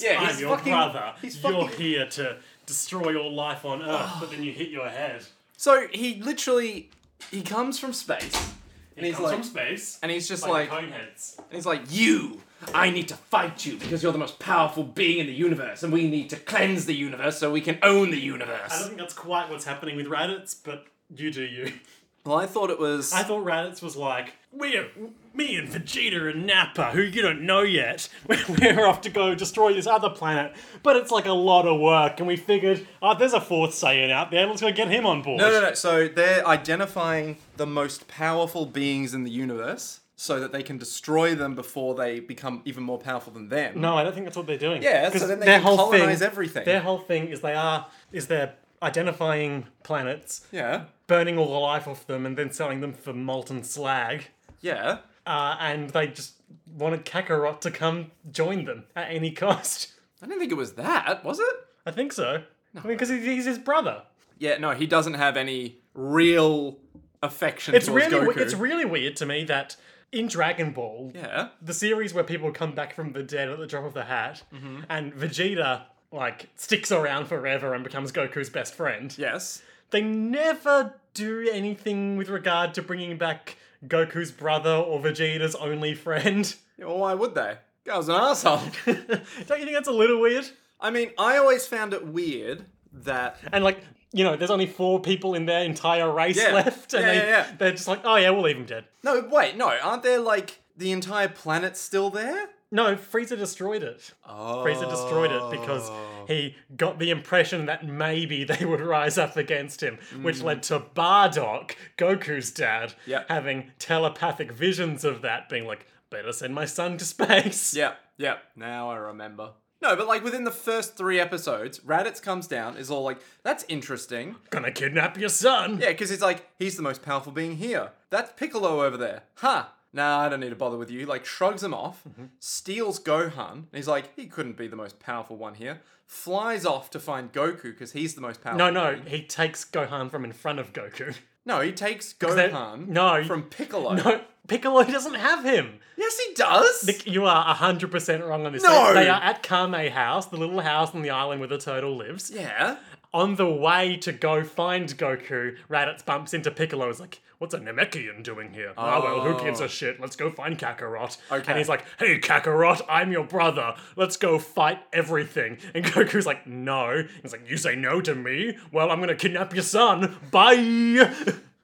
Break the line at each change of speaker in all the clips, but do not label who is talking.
Yeah,
I'm
he's
your
fucking-
brother.
he's
You're
fucking- Oh.
here to destroy all life on Earth, but then you hit your head.
So he literally he comes from space and
It
he's
comes
like
from space.
and he's just
like,
like
cone heads.
and he's like you I need to fight you because you're the most powerful being in the universe and we need to cleanse the universe so we can own the
I don't
universe.
think that's quite what's happening with Raditz, but you do you.
Well, I thought it was
I thought Raditz was like, we are, me and Vegeta and Nappa, who you don't know yet, we're off to go destroy this other planet, but it's like a lot of work, and we figured, oh, there's a fourth Saiyan out there, let's go get him on board.
No, no, no. So they're identifying the most powerful beings in the universe so that they can destroy them before they become even more powerful than them.
No, I don't think that's what they're doing.
Yeah, so
'Cause
then they
their
can
whole
colonize
thing,
everything.
Their whole thing is they are is they're identifying planets,
Yeah.
burning all the life off them, and then selling them for molten slag.
Yeah.
Uh, and they just wanted Kakarot to come join them at any cost.
I didn't think it was that, was it?
I think so. I mean, because he's, he's his brother.
Yeah, no, he doesn't have any real affection
It's
towards
really we-
Goku.
it's really weird to me that in Dragon Ball,
yeah.
the series where people come back from the dead at the drop of the hat, and Vegeta like sticks around forever and becomes Goku's best friend.
Yes.
They never do anything with regard to bringing back Goku's brother or Vegeta's only friend.
Yeah, Well, why would they? Guy's an asshole.
Don't you think that's a little weird?
I mean, I always found it weird that
And like, you know, there's only four people in their entire race
Yeah.
left, and
Yeah,
they,
yeah, yeah.
they're just like, oh yeah, we'll leave him dead.
No, wait, no, aren't there like the entire planet still there?
No, Frieza destroyed it.
Oh.
Frieza destroyed it because he got the impression that maybe they would rise up against him, which
Mm.
led to Bardock, Goku's dad,
Yep.
having telepathic visions of that, being like, better send my son to space.
Yeah, yeah. Now I remember. No, but like within the first three episodes, Raditz comes down, is all like, that's interesting.
Gonna kidnap your son.
Yeah, because it's like, he's the most powerful being here. That's Piccolo over there. Huh. Nah, I don't need to bother with you. Like, shrugs him off,
Mm-hmm.
steals Gohan, and he's like, he couldn't be the most powerful one here. Flies off to find Goku because he's the most powerful.
No, no, he takes Gohan from in front of Goku.
No, he takes
that-
Gohan
no, you-
from Piccolo.
No, Piccolo doesn't have him.
Yes, he does.
You are 100% wrong on this.
No!
They, they are at Kame House, the little house on the island where the turtle lives.
yeah.
On the way to go find Goku, Raditz bumps into Piccolo. Is like, "What's a Namekian doing here?" Ah, well, who gives a shit? Let's go find Kakarot.
Okay.
And he's like, "Hey, Kakarot, I'm your brother. Let's go fight everything." And Goku's like, "No." He's like, "You say no to me? Well, I'm gonna kidnap your son. Bye."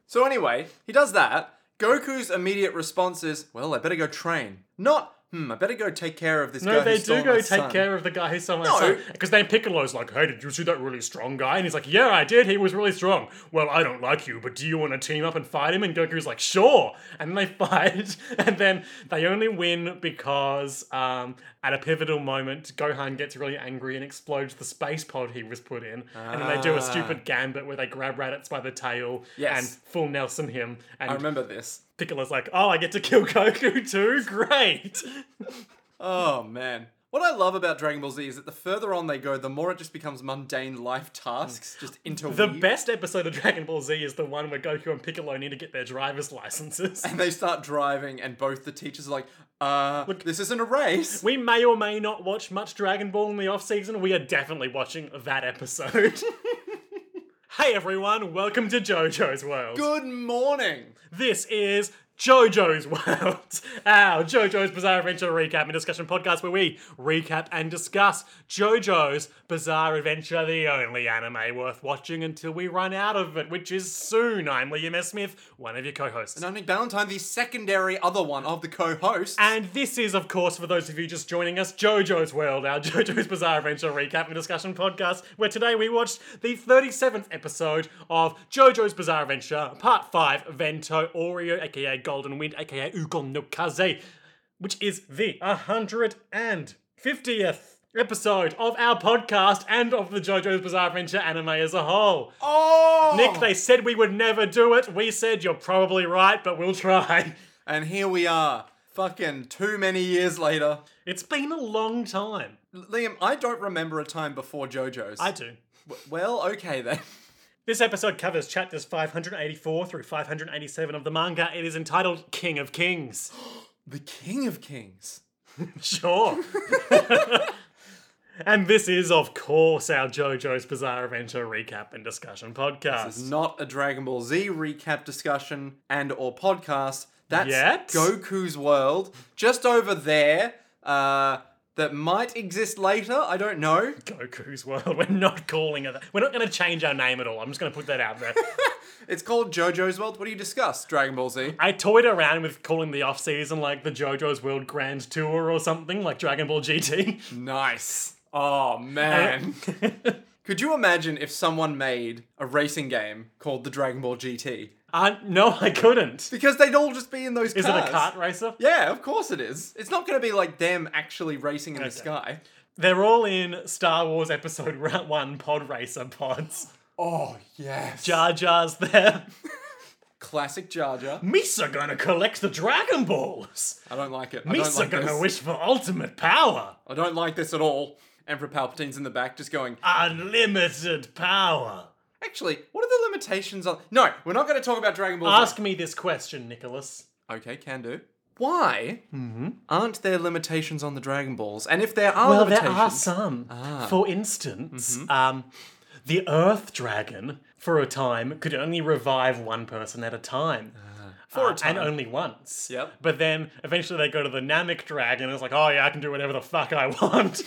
So anyway, he does that. Goku's immediate response is, "Well, I better go train." Not, "Hmm, I better go take care of this guy."
No, they
who stole
do go
my
take
son."
care of the guy who stole my
No.
son. Because then Piccolo's like, hey, did you see that really strong guy? And he's like, yeah, I did. He was really strong. Well, I don't like you, but do you want to team up and fight him? And Goku's like, sure. And they fight. And then they only win because um, at a pivotal moment, Gohan gets really angry and explodes the space pod he was put in. And then they do a stupid gambit where they grab Raditz by the tail
Ah. Yes.
and full Nelson him.
I
And
remember this.
Piccolo's like, oh, I get to kill Goku too? Great.
Oh man. What I love about Dragon Ball Z is that the further on they go, the more it just becomes mundane life tasks, just interweaved.
Mm. The best episode of Dragon Ball Z is the one where Goku and Piccolo need to get their driver's licenses.
and they start driving, and both the teachers are like, "Uh, this isn't a race."
We may or may not watch much Dragon Ball in the off season. We are definitely watching that episode. hey everyone, welcome to JoJo's World.
Good morning.
This is JoJo's World, our JoJo's Bizarre Adventure recap and discussion podcast where we recap and discuss JoJo's Bizarre Adventure, the only anime worth watching until we run out of it, which is soon. I'm Liam S. Smith, one of your co hosts.
And I'm Nick Valentine, the secondary other one of the co-hosts.
And this is, of course, for those of you just joining us, JoJo's World, our JoJo's Bizarre Adventure recap and discussion podcast, where today we watched the 37th episode of JoJo's Bizarre Adventure, Part 5, Vento Oreo, aka Golden Wind, aka Ugon no Kaze, which is the 150th episode of our podcast and of the JoJo's Bizarre Adventure anime as a whole.
oh,
Nick, they said we would never do it. We said you're probably right, but we'll try.
and here we are, fucking too many years later.
It's been a long time.
Liam, I don't remember a time before JoJo's.
I do.
Well, okay then.
This episode covers chapters 584 through 587 of the manga. It is entitled King of Kings.
The King of Kings.
Sure. And this is, of course, our JoJo's Bizarre Adventure recap and discussion podcast.
This is not a Dragon Ball Z recap discussion and or podcast. That's
Yet?
Goku's world just over there. Uh, that might exist later. I don't know.
Goku's World. We're not calling it that. We're not going to change our name at all. I'm just going to put that out there.
It's called JoJo's World. What do you discuss? Dragon Ball Z.
I toyed around with calling the off season like the JoJo's World Grand Tour or something, like Dragon Ball GT.
Nice. Oh man. Could you imagine if someone made a racing game called the Dragon Ball GT?
uh, no, I couldn't.
Because they'd all just be in those
Is it
cars.
a kart racer?
Yeah, of course it is. It's not going to be like them actually racing in the sky.
They're all in Star Wars Episode Ra- 1 pod racer pods.
Oh, yes.
Jar Jar's there.
Classic Jar Jar.
Misa gonna collect the Dragon Balls.
I don't like it. I don't
Misa
like
gonna
this.
wish for ultimate power.
I don't like this at all. Emperor Palpatine's in the back just going,
Unlimited power.
actually, what are the limitations on... No, we're not going to talk about Dragon Ball Z.
Ask me this question, Nicholas.
Okay, can do. Why aren't there limitations on the Dragon Balls? And if there are
Mm-hmm. Well, there
limitations... Ah. Mm-hmm.
are some. For instance, um, the Earth Dragon, for a time, could only revive one person at a time. for
Ah. a time.
And only once.
Yep.
But then eventually they go to the Namek Dragon and it's like, oh yeah, I can do whatever the fuck I want.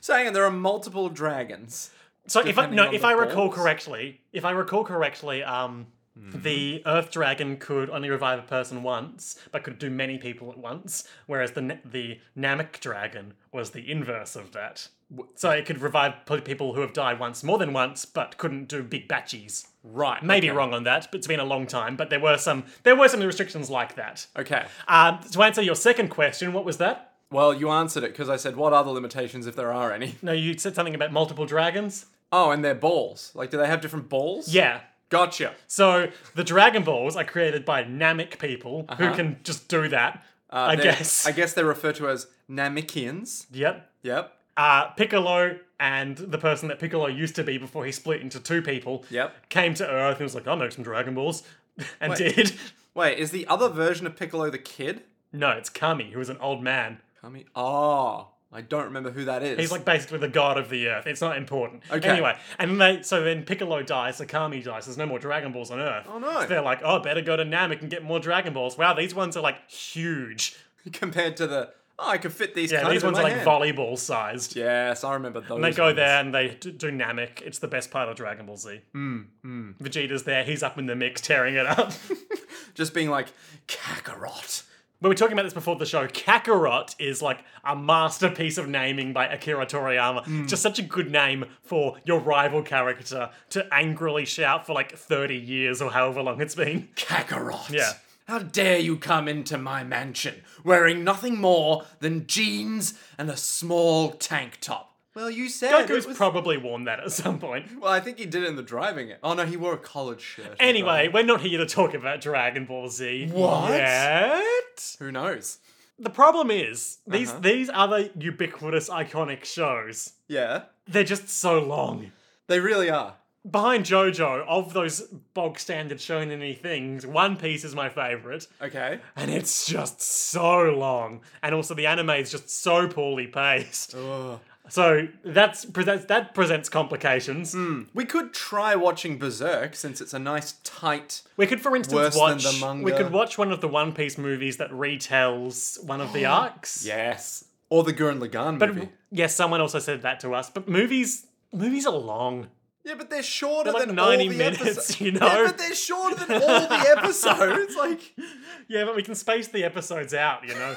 Saying there are multiple dragons.
So if I,
Depending
no,
on
if
the
I recall
balls.
correctly, if I recall correctly, um,
Mm-hmm.
the Earth Dragon could only revive a person once, but could do many people at once. Whereas the Na- the Namek Dragon was the inverse of that. So it could revive p- people who have died once more than once, but couldn't do big batches.
Right.
Maybe wrong on that, but it's been a long time. But there were some there were some restrictions like that.
Okay.
Um, to answer your second question, what was that?
Well, you answered it because I said, what are the limitations if there are any?
No, you said something about multiple dragons.
Oh, and their balls. Like, do they have different balls?
Yeah,
Gotcha. Uh,
So the Dragon Balls are created by Namek people who can just do that. I
Uh-huh. Uh, They're-
guess.
I guess they're referred to as Namekians.
Yep.
Yep.
Uh, Piccolo and the person that Piccolo used to be before he split into two people
Yep.
came to Earth and was like, I'll make some Dragon Balls. And did.
Wait, is the other version of Piccolo the kid?
No, it's Kami, who is an old man.
I mean, oh, I don't remember who that is.
He's like basically the god of the earth. It's not important.
Okay.
Anyway, and then they so then Piccolo dies, so Kami dies. There's no more Dragon Balls on Earth. Oh
no.
So they're like, oh, better go to Namek and get more Dragon Balls. Wow, these ones are like huge.
compared to the oh, I could fit these.
Yeah,
kind
these
of in
ones
my
are like
hand.
volleyball sized.
Yes, I remember those.
And they go there and they d- do Namek. It's the best part of Dragon Ball Z.
Mm,
Vegeta's there. He's up in the mix tearing it up.
just being like Kakarot.
we were talking about this before the show. Kakarot is like a masterpiece of naming by Akira Toriyama.
Mm.
Just such a good name for your rival character to angrily shout for like 30 years or however long it's been.
Kakarot.
Yeah.
How dare you come into my mansion wearing nothing more than jeans and a small tank top? Well, you said it
Goku's
was-
probably worn that at some point.
well, I think he did it in the driving. It. Oh no, he wore a collared shirt.
Anyway, we're not here to talk about Dragon Ball Z.
What?
Yet.
who knows?
The problem is these
Uh-huh.
these other ubiquitous iconic shows.
Yeah,
They're just so long.
they really are.
Behind JoJo, of those bog standard shonen things, One Piece is my favorite,
Okay.
and it's just so long. And also, the anime is just so poorly paced.
Ugh.
So that's presents that presents complications.
We could try watching Berserk since it's a nice tight.
We could, for instance,
Worse than
watch
the manga.
we could watch one of the One Piece movies that retells one of the arcs.
Yes. Or the Gurren Lagann
but
movie.
yes, someone also said that to us. But movies movies are long.
yeah, but they're shorter
They're like
than
90
all the
minutes,
episodes.
you know?
Yeah, but they're shorter than all the episodes. Like
Yeah, but we can space the episodes out, you know.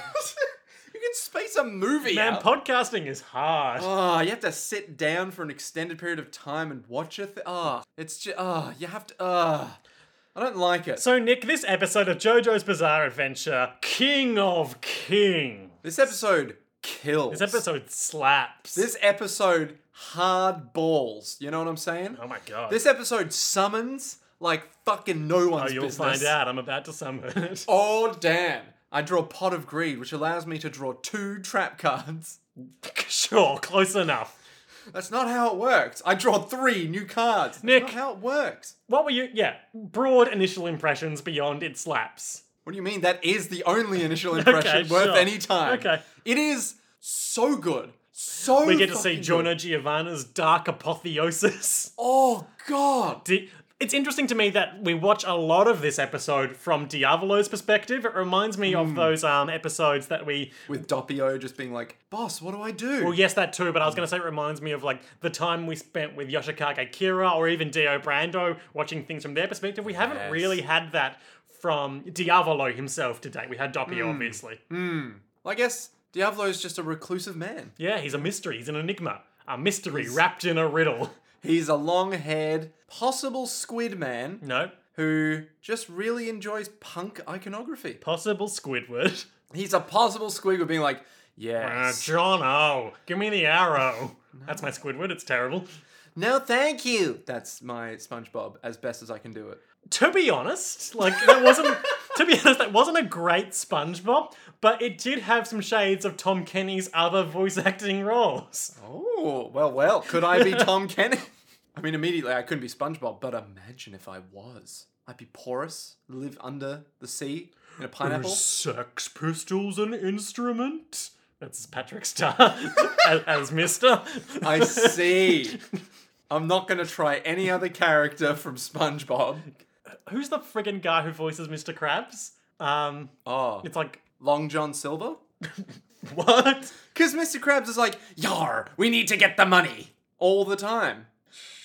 you can space a movie
Man,
out.
podcasting is hard.
Oh, you have to sit down for an extended period of time and watch a thing. Oh, it's just. Oh, you have to. Oh, I don't like it.
So, Nick, this episode of JoJo's Bizarre Adventure, King of King.
this episode kills.
This episode slaps.
This episode hard balls. You know what I'm saying?
oh my god.
This episode summons like fucking no
oh,
one's
you'll
business.
find out. I'm about to summon it.
Oh damn! I draw Pot of Greed, which allows me to draw two trap cards.
Oh, sure, close enough.
That's not how it works. I draw three new cards. That's
Nick.
not how it works.
What were you? Yeah, broad initial impressions beyond it slaps.
What do you mean? That is the only initial impression worth
sure.
any time.
Okay.
It is so good, So
We get to see
fucking good.
Giorno Giovanna's dark apotheosis.
Oh god.
Di- it's interesting to me that we watch a lot of this episode from Diavolo's perspective. It reminds me
Hmm.
of those um, episodes that we.
With Doppio just being like, boss, what do I do?
Well, yes, that too, but I was going to say it reminds me of like the time we spent with Yoshikage Kira or even Dio Brando watching things from their perspective. We haven't
Yes.
really had that from Diavolo himself to date. We had Doppio, obviously.
I guess Diavolo's just a reclusive man.
Yeah, he's a mystery, he's an enigma. A mystery wrapped in a riddle.
He's a long haired, possible squid man
No,
who just really enjoys punk iconography.
possible Squidward.
He's a possible squiggle being like,
Uh,
yes.
John O, give me the arrow. That's my Squidward, it's terrible.
No, thank you. That's my SpongeBob as best as I can do it.
to be honest, like that wasn't to be honest, that wasn't a great SpongeBob, but it did have some shades of Tom Kenny's other voice acting roles.
Oh, well, well. Could I be Tom Kenny? I mean, immediately I couldn't be SpongeBob, but imagine if I was. I'd be porous, live under the sea in a pineapple.
Sex Pistols an instrument? That's Patrick Star as, as Mister.
I see. I'm not going to try any other character from SpongeBob.
Who's the friggin' guy who voices Mr. Krabs? Um,
Oh,
it's like
Long John Silver?
what?
Because Mr. Krabs is like, Yar, we need to get the money. All the time.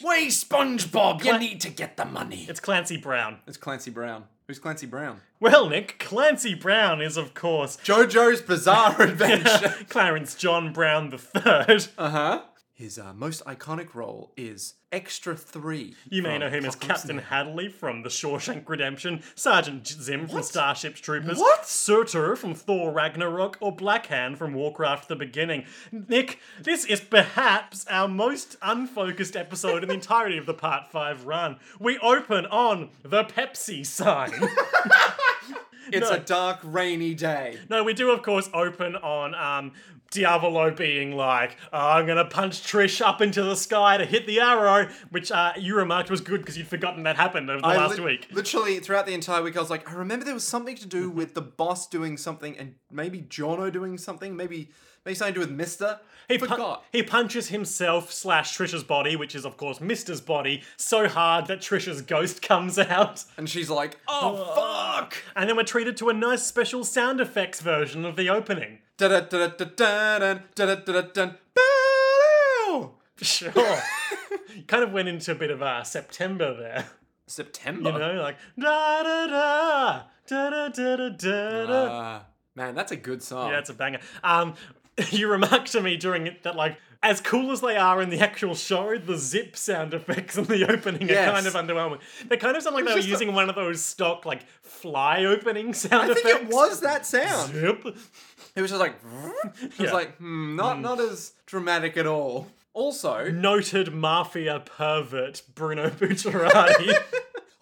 Way, SpongeBob, you need to get the money.
It's Clancy Brown.
It's Clancy Brown. Who's Clancy Brown?
Well, Nick, Clancy Brown is of course
JoJo's Bizarre Adventure.
Clarence John Brown the Third.
uh huh. His uh, most iconic role is Extra 3.
You may
from
know him as
Apocalypse
Captain
Now.
Hadley from The Shawshank Redemption, Sergeant J- Zim from Starship Troopers,
What?
Surtur from Thor Ragnarok, or Blackhand from Warcraft The Beginning. Nick, this is perhaps our most unfocused episode in the entirety of the Part 5 run. We open on the Pepsi sign.
It's
No.
a dark, rainy day.
no, we do, of course, open on. Um, Diavolo being like, "Oh, I'm gonna punch Trish up into the sky to hit the arrow, which uh, you remarked was good because you'd forgotten that happened over the
I
last
lit-
week.
Literally throughout the entire week, I was like, I remember there was something to do with the boss doing something, and maybe Jono doing something, maybe maybe something to do with Mister.
He, pun-
forgot.
he punches himself slash Trisha's body, which is of course Mister's body, so hard that Trisha's ghost comes out.
and she's like,
Uh.
Oh fuck!
And then we're treated to a nice special sound effects version of the opening.
Da-da-da-da-dun, da-da-da-da-dun, ba-doo!
Sure. kind of went into a bit of uh, September there.
September.
You know, like da da da da da da da da da.
Ah, man, that's a good song.
Yeah, it's a banger. Um, you remarked to me during it that like as cool as they are in the actual show, the zip sound effects in the opening
Yes.
are kind of underwhelming. They kind of sound like they were
just a-
using one of those stock like fly opening sound
I think
effects.
it was that sound.
Zip.
It was just like, it was
Yeah.
like, hmm, not not as dramatic at all. Also,
Noted mafia pervert Bruno Bucciarati.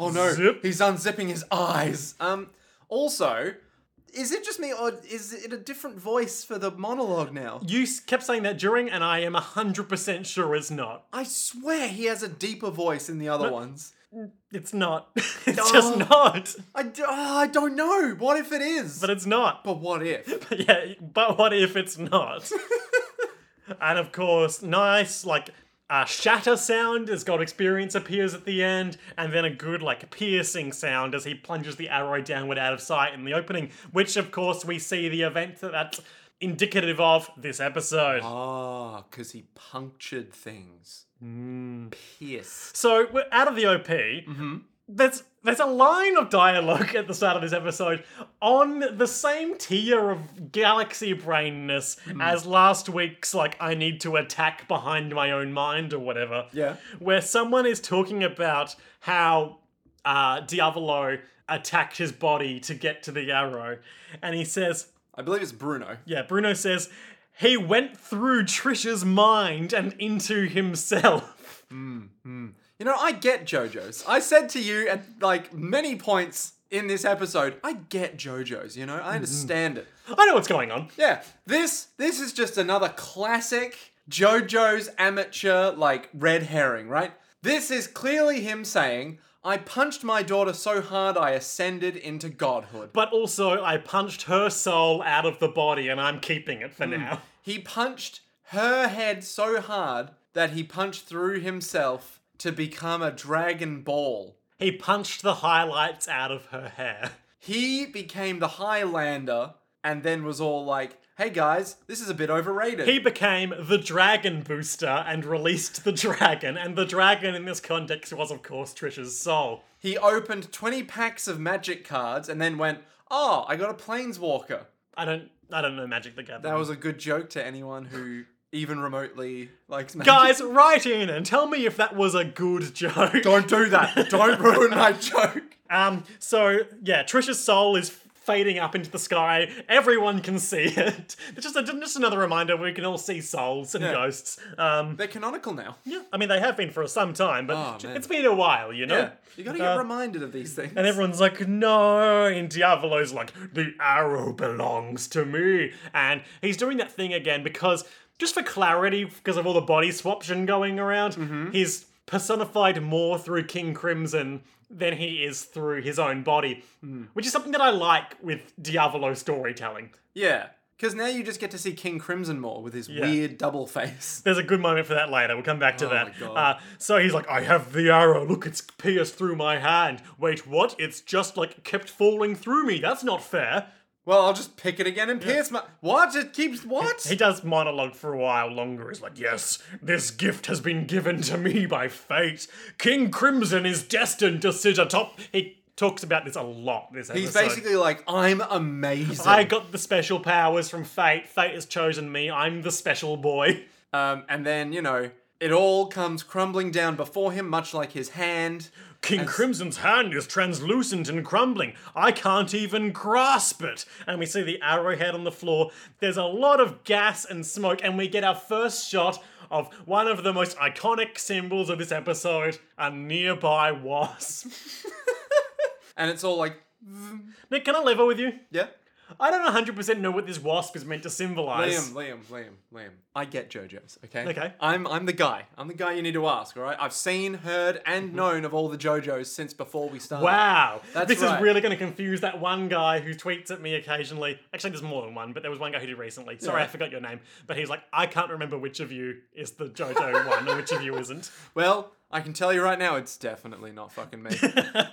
Oh no,
Zip.
he's unzipping his eyes. Um. Also, is it just me or is it a different voice for the monologue now?
you s- kept saying that during, and I am hundred percent sure it's not.
I swear he has a deeper voice in the other ones.
It's not. It's
Oh.
just not.
I, d- oh, I don't know. What if it is?
But it's not.
But what if?
yeah, but what if it's not? and of course, nice like a shatter sound as God Experience appears at the end, and then a good like piercing sound as he plunges the arrow downward out of sight in the opening, which of course we see the event that that's indicative of this episode.
Ah, because he punctured things. Pierce.
So we're out of the OP. There's there's a line of dialogue at the start of this episode on the same tier of galaxy brainness as last week's like I need to attack behind my own mind or whatever.
Yeah.
Where someone is talking about how uh Diavolo attacked his body to get to the arrow and he says
I believe it's Bruno.
yeah, Bruno says he went through Trisha's mind and into himself.
You know, I get JoJo's. I said to you at like many points in this episode, I get JoJo's. You know, I understand it.
I know what's going on.
Yeah, this this is just another classic JoJo's amateur like red herring, right? This is clearly him saying, "I punched my daughter so hard I ascended into godhood."
But
Hmm.
also, I punched her soul out of the body and I'm keeping it for now.
He punched her head so hard that he punched through himself to become a dragon ball.
He punched the highlights out of her hair.
He became the Highlander and then was all like, hey guys, this is a bit overrated.
He became the Dragon Booster and released the dragon, and the dragon in this context was, of course, Trisha's soul.
He opened 20 packs of magic cards and then went, oh, I got a Planeswalker.
I don't, I don't know Magic the Gathering.
That was a good joke to anyone who even remotely likes magic.
Guys, write in and tell me if that was a good joke.
don't do that. Don't ruin my joke.
Um, so yeah, Trisha's soul is fading up into the sky. Everyone can see it. It's just a, just another reminder we can all see souls and ghosts. Um,
They're canonical now.
yeah, I mean they have been for some time, but
Oh, man.
it's been a while, you know.
Yeah. You gotta get
Uh,
reminded of these things.
And everyone's like, no. And Diavolo's like, the arrow belongs to me. And he's doing that thing again because, just for clarity, because of all the body swaption going around,
Mm-hmm.
he's personified more through King Crimson than he is through his own body,
Hmm.
which is something that I like with Diavolo storytelling.
yeah. Because now you just get to see King Crimson more with his weird double face.
There's a good moment for that later. We'll come back to that.
Oh my God.
Uh, so he's like, I have the arrow. Look, it's pierced through my hand. Wait, what? It's just like kept falling through me. That's not fair.
Well, I'll just pick it again and pierce my. What? It keeps. What?
He does monologue for a while longer. He's like, Yes, this gift has been given to me by fate. King Crimson is destined to sit atop. He talks about this a lot. This
He's
episode.
basically like, I'm amazing.
I got the special powers from fate. Fate has chosen me. I'm the special boy.
um, and then, you know, it all comes crumbling down before him, much like his hand.
King Crimson's hand is translucent and crumbling. I can't even grasp it. And we see the arrowhead on the floor. There's a lot of gas and smoke, and we get our first shot of one of the most iconic symbols of this episode a nearby wasp.
And it's all like,
Nick, can I level with you?
yeah?
I don't 100% know what this wasp is meant to symbolize.
Liam, Liam, Liam, Liam. I get JoJo's, okay?
Okay.
I'm, I'm the guy. I'm the guy you need to ask, all right? I've seen, heard, and known of all the JoJo's since before we started.
Mm-hmm. Wow.
That's
this
right.
is really going to confuse that one guy who tweets at me occasionally. Actually, there's more than one, but there was one guy who did recently. Sorry,
Yeah.
I forgot your name. But he's like, I can't remember which of you is the JoJo one and which of you isn't.
Well, I can tell you right now, it's definitely not fucking me.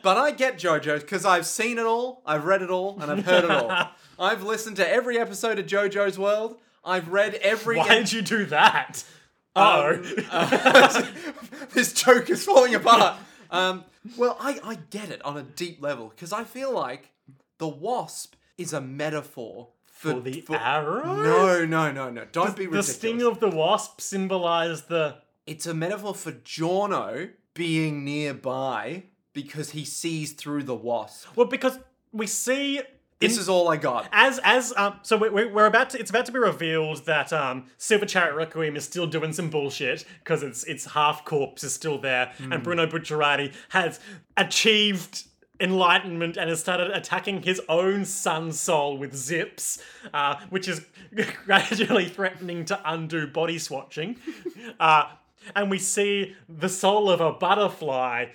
but I get JoJo's because I've seen it all, I've read it all, and I've heard it all. I've listened to every episode of JoJo's World. I've read every.
Why did you do that?
Um,
Oh.
uh, this joke is falling apart. Um, well, I, I get it on a deep level because I feel like the wasp is a metaphor for,
for the
for-
arrow?
No, no, no, no! Don't be
The
ridiculous.
sting of the wasp symbolized the.
it's a metaphor for Jono being nearby because he sees through the wasp.
Well, because we see.
This is all I got.
As as um, so we, we- we're about to it's about to be revealed that um, Silver Chariot Requiem is still doing some bullshit because it's it's half corpse is still there and Bruno Bucciarati has achieved enlightenment and has started attacking his own sun soul with zips, uh, which is gradually threatening to undo body swatching. Uh, and we see the soul of a butterfly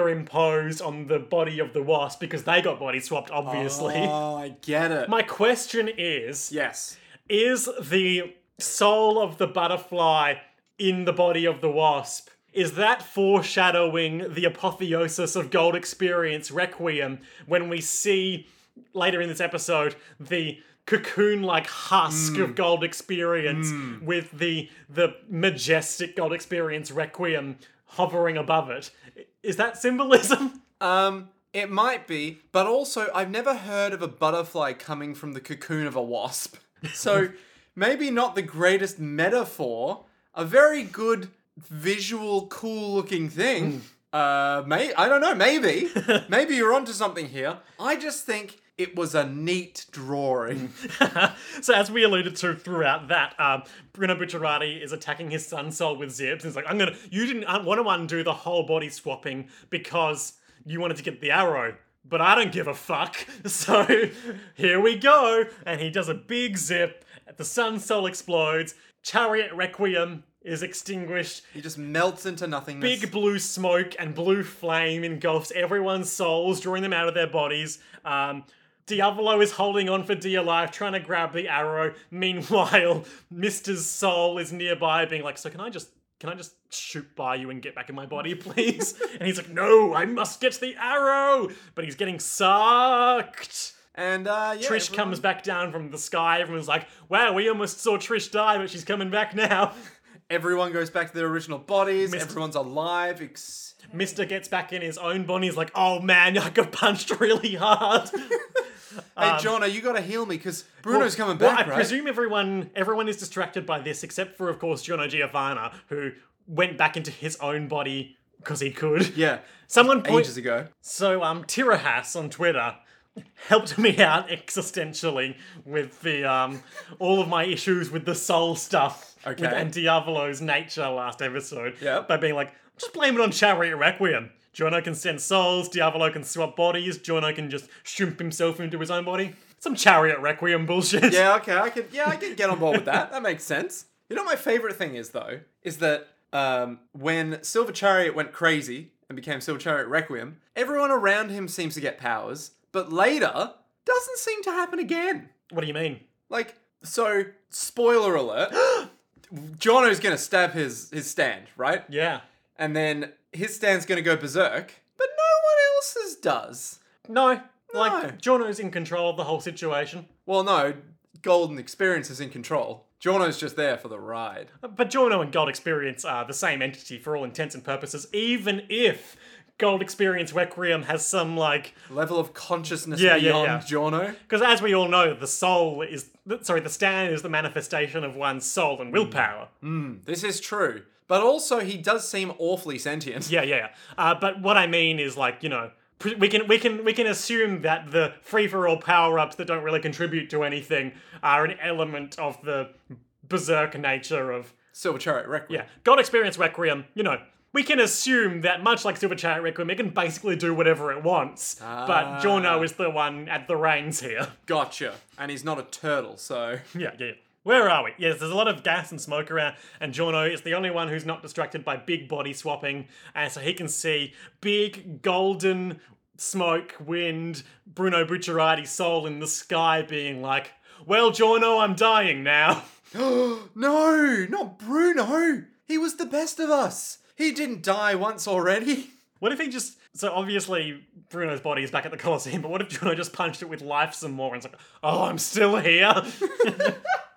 superimposed on the body of the wasp because they got body swapped, obviously.
Oh, I get it.
My question is
yes.
Is the soul of the butterfly in the body of the wasp? Is that foreshadowing the apotheosis of Gold Experience Requiem when we see later in this episode the cocoon like husk of Gold Experience with the the majestic Gold Experience Requiem hovering above it? Is that symbolism?
Um, it might be, but also I've never heard of a butterfly coming from the cocoon of a wasp. So maybe not the greatest metaphor, a very good visual, cool looking thing. Uh, may I don't know. Maybe, maybe you're onto something here. I just think it was a neat drawing.
so as we alluded to throughout that, um, Bruno Bucciarati is attacking his sun soul with zips. He's like, I'm gonna, you didn't want to undo the whole body swapping because you wanted to get the arrow, but I don't give a fuck. So here we go, and he does a big zip. The sun soul explodes. Chariot Requiem is extinguished.
He just melts into nothingness.
Big blue smoke and blue flame engulfs everyone's souls, drawing them out of their bodies. Um, Diavolo is holding on for dear life, trying to grab the arrow. Meanwhile, Mister's soul is nearby, being like, "So can I just?" Can I just shoot by you and get back in my body, please? and he's like, No, I must get the arrow! But he's getting sucked!
And uh, yeah,
Trish
everyone-
comes back down from the sky. Everyone's like, wow, we almost saw Trish die, but she's coming back now.
Everyone goes back to their original bodies.
Mist-
Everyone's alive. Ex-
Mister gets back in his own body. He's like, oh man, I got punched really hard.
hey, John, are you gotta heal me? Because Bruno's coming
Um, Well,
back,
I
right?
presume everyone everyone is distracted by this, except for, of course, Giorno Giovanna, who went back into his own body because he could.
yeah,
Someone point-
ages ago.
So, um, Tirahas on Twitter helped me out existentially with the um, all of my issues with the soul stuff
Okay.
with and Diavolo's nature last episode.
Yep.
By being like, just blame it on Chariot Requiem. Jono can send souls, Diavolo can swap bodies, Jono can just shrimp himself into his own body. Some Chariot Requiem bullshit.
Yeah, okay, I can. Yeah, I can get on board with that. That makes sense. You know, what my favorite thing is though is that um, when Silver Chariot went crazy and became Silver Chariot Requiem, everyone around him seems to get powers, but later doesn't seem to happen again.
What do you mean?
Like, so spoiler alert. Jono's gonna stab his his stand, right?
Yeah.
And then his stand's gonna go berserk, but no one else's does.
No.
No.
Like, Jono's in control of the whole situation.
Well, no, Golden Experience is in control. Jono's just there for the ride.
But Jorno and Gold Experience are the same entity for all intents and purposes, even if Gold Experience Requiem has some, like.
Level of consciousness
Yeah, yeah,
beyond
yeah.
Jono.
Because as we all know, the soul is. th- Sorry, the stand is the manifestation of one's soul and willpower.
This is true. But also, he does seem awfully sentient.
Yeah, yeah, yeah. Uh, but what I mean is, like, you know. pr- We can we can we can assume that the free for all power ups that don't really contribute to anything are an element of the berserk nature of
Silver Chariot Requiem.
Yeah, God Experience Requiem, you know, we can assume that much like Silver Chariot Requiem, it can basically do whatever it wants. But Jorno is the one at the reins here.
Gotcha. And he's not a turtle, so.
yeah, yeah, yeah. Where are we? Yes, there's a lot of gas and smoke around, and Jorno is the only one who's not distracted by big body swapping, and so he can see big golden smoke, wind, Bruno Bucciarati soul in the sky being like, well, Jorno, I'm dying now.
no, not Bruno! He was the best of us! He didn't die once already.
What if he just so obviously Bruno's body is back at the Colosseum, but what if Bruno just punched it with life some more and it's like, oh, I'm still here?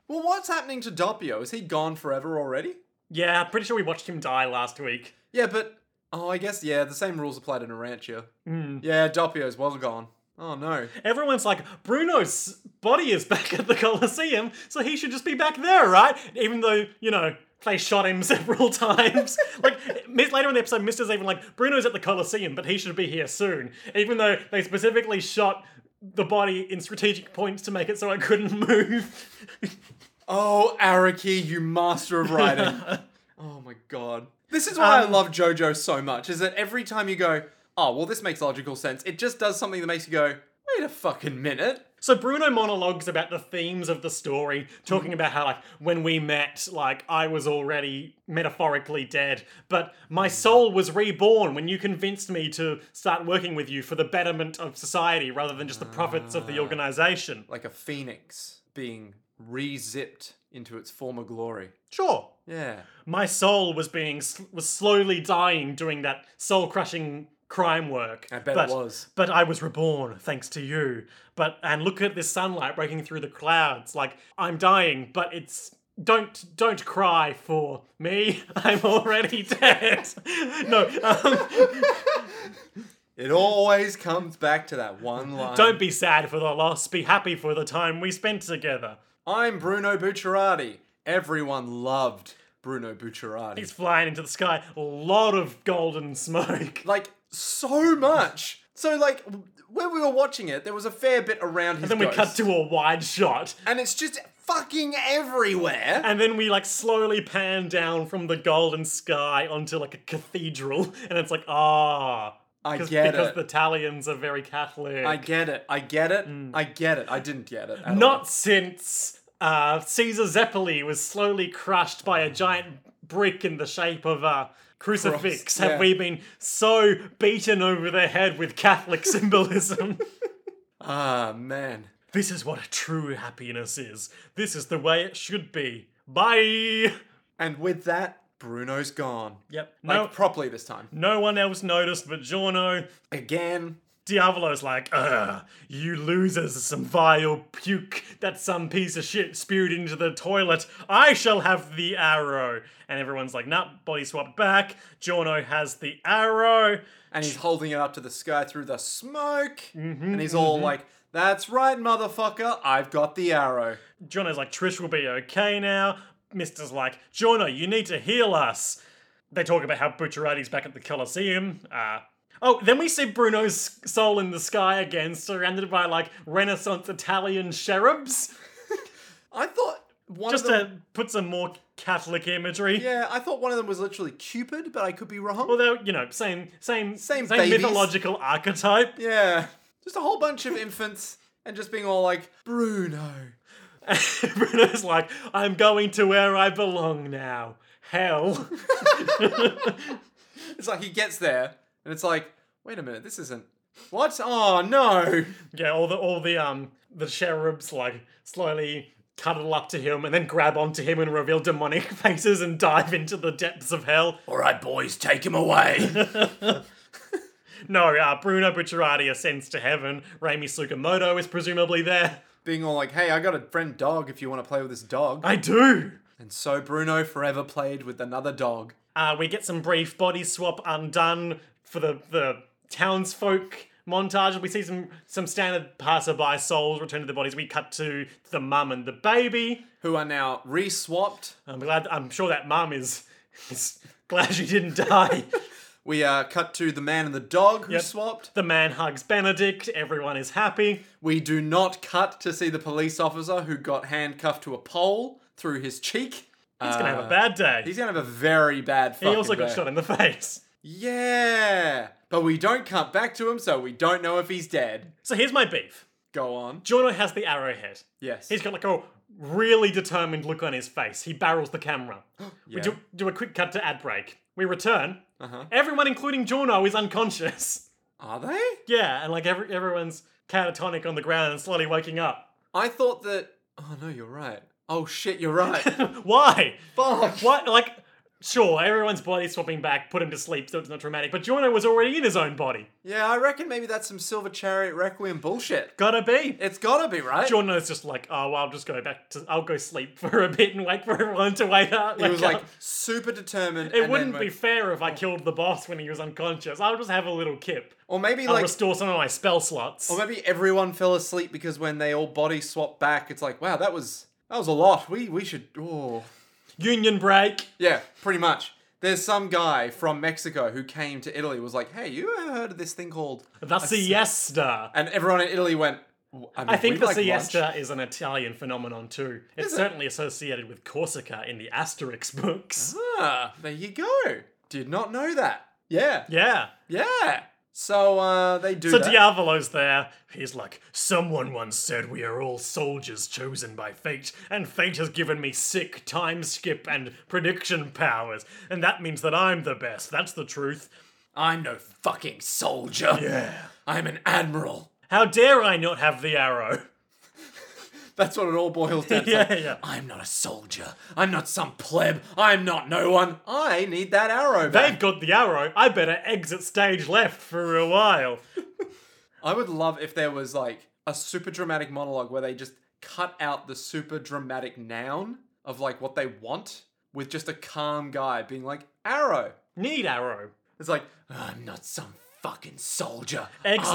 Well, what's happening to Doppio? Is he gone forever already?
yeah, pretty sure we watched him die last week.
Yeah, but oh, I guess yeah, the same rules apply to Narantia. Yeah, Doppio's well gone. Oh no.
Everyone's like, Bruno's body is back at the Colosseum, so he should just be back there, right? Even though, you know, they shot him several times. like, mi- later in the episode, Mister's even like, Bruno's at the Colosseum, but he should be here soon. Even though they specifically shot the body in strategic points to make it so it couldn't move.
Oh, Araki, you master of writing. oh my god. This is why I
Um,
love JoJo so much, is that every time you go, oh well this makes logical sense, it just does something that makes you go, wait a fucking minute.
So Bruno monologues about the themes of the story, talking about how like when we met, like I was already metaphorically dead, but my soul was reborn when you convinced me to start working with you for the betterment of society rather than just the profits of the organization.
Like a phoenix being re-zipped into its former glory.
Sure.
Yeah.
My soul was being sl- was slowly dying doing that soul-crushing crime work.
I bet
but,
it was.
But I was reborn thanks to you. But and look at this sunlight breaking through the clouds. Like I'm dying, but it's don't don't cry for me. I'm already dead. no, um,
It always comes back to that one line.
don't be sad for the loss. Be happy for the time we spent together.
I'm Bruno Bucciarati. Everyone loved Bruno Bucciarati.
He's flying into the sky. A lot of golden smoke.
like so much. So like w- when we were watching it, there was a fair bit around his
Then we
ghost.
cut to a wide shot,
and it's just fucking everywhere.
and then we like slowly pan down from the golden sky onto like a cathedral, and it's like ah.
I
Because-
get
because
it.
the Italians are very Catholic.
I get it. I get it. I get it. I didn't get it. at all.
Mm. Not since uh, Caesar Zeppeli was slowly crushed by a giant brick in the shape of a crucifix
Cross,
have
yeah.
we been so beaten over the head with Catholic symbolism.
Ah, man.
This is what true happiness is. This is the way it should be. Bye.
And with that, Bruno's gone.
Yep.
Like,
No,
properly this time.
no one else noticed but Giorno.
Again.
Diavolo's like, ugh, you losers are some vile puke that some piece of shit spewed into the toilet. I shall have the arrow. And everyone's like, nah, body swapped back. Giorno has the arrow.
And he's holding it up to the sky through the smoke.
Mm-hmm,
and he's all like, that's right, motherfucker. I've got the arrow.
Jono's like, Trish will be okay now. Mister's like, Jono, you need to heal us. They talk about how Bucciarati's back at the Colosseum. Uh, oh, then we see Bruno's soul in the sky again, surrounded by like Renaissance Italian cherubs.
I thought one
Just
of them.
to put some more Catholic imagery.
yeah, I thought one of them was literally Cupid, but I could be wrong.
Although, you know, same same
Same
same
babies.
mythological archetype.
yeah. Just a whole bunch of infants and just being all like, Bruno.
Bruno's like, I'm going to where I belong now. Hell.
It's like he gets there and it's like, wait a minute, this isn't. What? Oh, no.
Yeah, all the all the um the cherubs like slowly cuddle up to him and then grab onto him and reveal demonic faces and dive into the depths of hell.
All right, boys, take him away.
No, uh, Bruno Bucciarati ascends to heaven. Raimi Sukamoto is presumably there.
being all like, hey, I got a friend dog if you want to play with this dog.
I do.
And so Bruno forever played with another dog.
Uh, we get some brief body swap undone for the the townsfolk montage. We see some some standard passerby souls return to their bodies. We cut to the mum and the baby.
who are now re-swapped.
I'm glad. I'm sure that mum is, is glad she didn't die.
We uh, cut to the man and the dog who swapped.
The man hugs Benedict, everyone is happy.
We do not cut to see the police officer who got handcuffed to a pole through his cheek. He's
He's gonna have a bad day.
Uh, He's gonna have a very bad.
He also got shot in the face.
Yeah, but we don't cut back to him, so we don't know if he's dead.
So here's my beef.
Go on.
Giorno has the arrowhead.
Yes.
He's got like a really determined look on his face. He barrels the camera. We do, do a quick cut to ad break. We return.
Uh-huh.
Everyone, including Giorno, is unconscious.
Are they?
Yeah, and like every, everyone's catatonic on the ground and slowly waking up.
I thought that. Oh no, you're right. Oh shit, you're right.
Why?
Fuck.
What? Like, sure, everyone's body swapping back, put him to sleep so it's not traumatic, but Giorno was already in his own body.
Yeah, I reckon maybe that's some Silver Chariot Requiem bullshit.
Gotta be.
It's gotta be right.
Giorno's just like, oh, well, I'll just go back to, I'll go sleep for a bit and wait for everyone to wake up.
He was
wake
like
up.
super determined. and
it
then oh.
wouldn't be
went-
fair if I killed the boss when he was unconscious. I'll just have a little kip.
Or maybe
I'll
like,
restore some of my spell slots.
or maybe everyone fell asleep because when they all body swapped back, it's like, wow, that was that was a lot. We we should. Oh,
Union break.
yeah, pretty much. There's some guy from Mexico who came to Italy was like, hey, you ever heard of this thing called?
The siesta.
And everyone in Italy went. "W- I, mean,
I think
we'd
the
like
siesta
lunch."
is an Italian phenomenon too. It's
Is it?
certainly associated with Corsica in the Asterix books.
Ah, there you go. Did not know that. Yeah,
Yeah.
yeah. So uh, they do.
So
that.
Diavolo's there. He's like, Someone once said we are all soldiers chosen by fate, and fate has given me sick time skip and prediction powers, and that means that I'm the best. That's the truth.
I'm no fucking soldier.
Yeah.
I'm an admiral.
How dare I not have the arrow?
That's what it all boils down to. It's
Yeah,
like,
yeah.
I'm not a soldier. I'm not some pleb. I'm not no one. I need that arrow back.
They've got the arrow. I better exit stage left for a while.
I would love if there was like a super dramatic monologue where they just cut out the super dramatic noun of like what they want with just a calm guy being like, arrow.
Need arrow.
It's like, I'm not some fucking soldier.
Exit.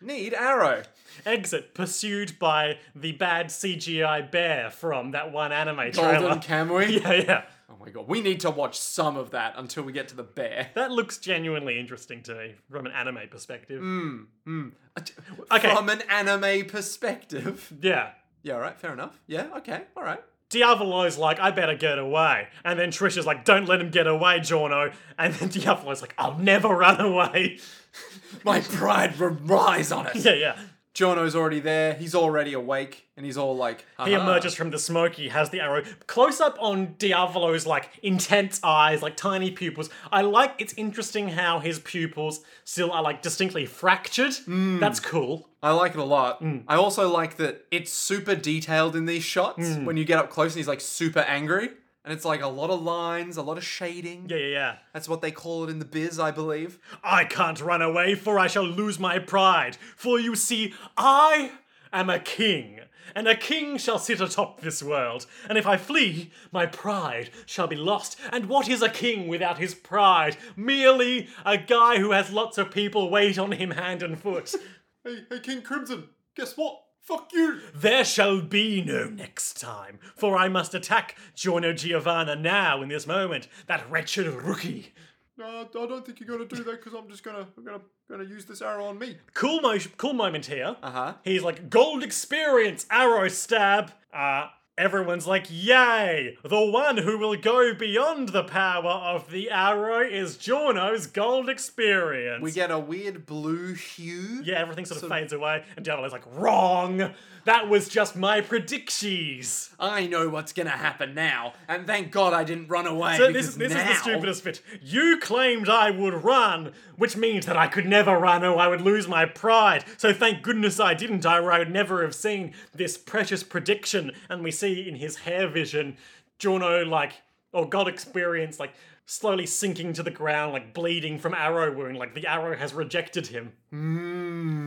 I need arrow.
Exit pursued by the bad CGI bear from that one anime
Golden
trailer.
Kamui.
yeah, yeah.
Oh my god. We need to watch some of that until we get to the bear.
That looks genuinely interesting to me from an anime perspective. Okay.
From an anime perspective.
Yeah.
Yeah, all right, fair enough. Yeah, okay, all right.
Diavolo's like, I better get away. And then Trish is like, don't let him get away, Giorno. And then Diavolo's like, I'll never run away.
My pride relies on it.
yeah, yeah.
Jono's already there. He's already awake, and he's all like,
He
"Aha."
emerges from the smoke. He has the arrow close up on Diavolo's like intense eyes, like tiny pupils. I like. It's interesting how his pupils still are like distinctly fractured. That's cool.
I like it a lot.
Mm.
I also like that it's super detailed in these shots.
Mm.
When you get up close, and he's like super angry, and it's like a lot of lines, a lot of shading.
Yeah, yeah, yeah.
That's what they call it in the biz, I believe.
I can't run away, for I shall lose my pride. For you see, I am a king, and a king shall sit atop this world. And if I flee, my pride shall be lost. And what is a king without his pride? Merely a guy who has lots of people wait on him hand and foot.
Hey, hey, King Crimson, guess what? Fuck you.
There shall be no next time, for I must attack Giorno Giovanna now in this moment, that wretched rookie.
No, I don't think you're gonna do that because I'm just gonna, I'm gonna, gonna use this arrow on me.
Cool, mo- cool moment here.
Uh huh.
He's like, gold experience, arrow stab. Uh, everyone's like, yay! The one who will go beyond the power of the arrow is Jorno's gold experience.
We get a weird blue hue.
yeah, everything sort of fades away, and Diavolo's like, wrong! That was just my predictions!
I know what's gonna happen now, and thank God I didn't run away.
So this,
because
this is
now
the stupidest bit. You claimed I would run, which means that I could never run or I would lose my pride. So thank goodness I didn't, or I would never have seen this precious prediction. And we see in his hair vision, Jono, like, or God experience, like, slowly sinking to the ground, like, bleeding from arrow wound. Like, the arrow has rejected him.
Mm.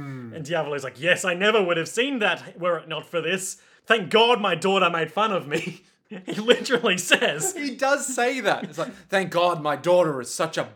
Hmm.
And Diavolo's like, yes, I never would have seen that were it not for this. Thank God my daughter made fun of me. he literally says.
He does say that. It's like, thank God my daughter is such a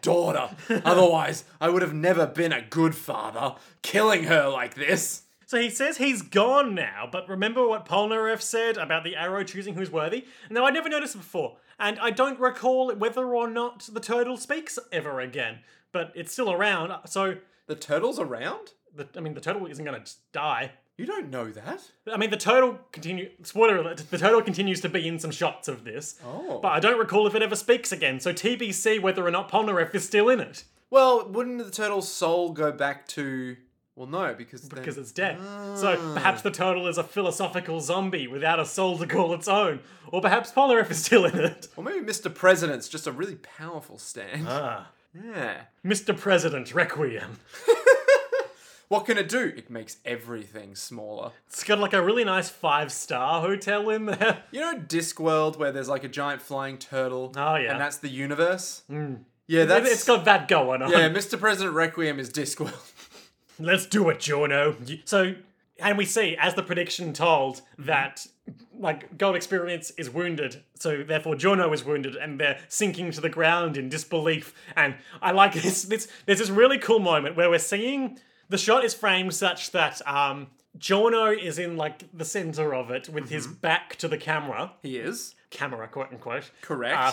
daughter. Otherwise, I would have never been a good father. Killing her like this.
So he says he's gone now, but remember what Polnareff said about the arrow choosing who's worthy? Now, I never noticed it before, and I don't recall whether or not the turtle speaks ever again, but it's still around, so,
The turtle's around?
the, I mean, the turtle isn't going to die.
You don't know that.
I mean, the turtle continue. Spoiler alert: the turtle continues to be in some shots of this,
Oh.
but I don't recall if it ever speaks again. So TBC whether or not Polnareff is still in it
Well, wouldn't the turtle's soul go back to. Well, no, because. then-
because it's dead. So perhaps the turtle is a philosophical zombie without a soul to call its own, or perhaps Polnareff is still in it.
Or maybe Mr. President's just a really powerful stand.
Ah.
Yeah.
Mr. President Requiem.
What can it do? It makes everything smaller.
It's got like a really nice five star hotel in there.
You know Discworld where there's like a giant flying turtle?
Oh, yeah.
And that's the universe? Yeah,
It-
that's.
it's got that going on.
yeah, Mr. President Requiem is Discworld.
Let's do it, Giorno. Y- So, and we see, as the prediction told, that like Gold Experience is wounded, so therefore Giorno is wounded, and they're sinking to the ground in disbelief. And I like this. This there's this really cool moment where we're seeing the shot is framed such that um Giorno is in like the center of it with his back to the camera,
He is.
camera quote unquote,
Correct.
Uh,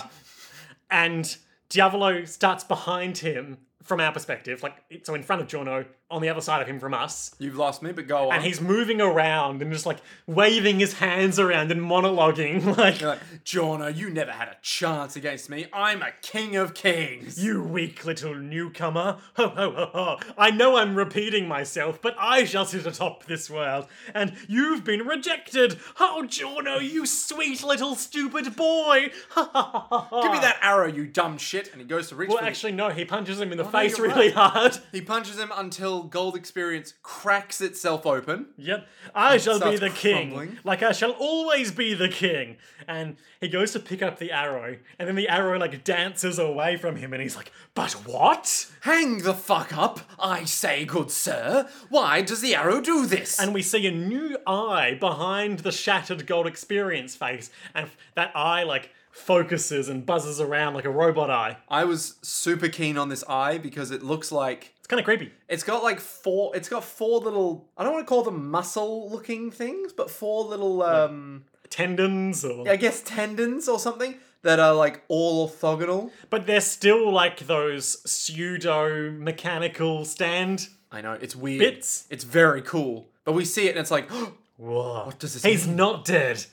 and Diavolo starts behind him from our perspective, like so in front of Giorno, on the other side of him from us,
You've lost me, but go on.
and he's moving around and just like waving his hands around and monologuing like,
You're like, Jorno, you never had a chance against me. I'm a king of kings.
"You weak little newcomer! Ho ho ho ho! I know I'm repeating myself, but I shall sit atop this world, and you've been rejected. Oh, Giorno, you sweet little stupid boy! Ha ha ha ha! ha.
Give me that arrow, you dumb shit. And he goes to reach
Well,
for Oh,
actually, no. He punches him in the
no,
face
you're
really hard.
the- He punches him until Gold Experience cracks itself open.
Yep. I shall be
starts
the king.
crumbling.
Like I shall always be the king. And he goes to pick up the arrow, and then the arrow like dances away from him, and he's like, "But what?"
Hang the fuck up, I say, good sir. Why does the arrow do this?
And we see a new eye behind the shattered gold experience face, and that eye like focuses and buzzes around like a robot eye.
I was super keen on this eye because it looks like
It's kind of creepy.
It's got like four. It's got four little. I don't want to call them muscle-looking things, but four little. um
Tendons or
I guess tendons or something that are like all orthogonal.
but they're still like those pseudo mechanical stand
I know it's weird.
Bits.
It's very cool, but we see it and it's like
Whoa. What
does this
He's not dead.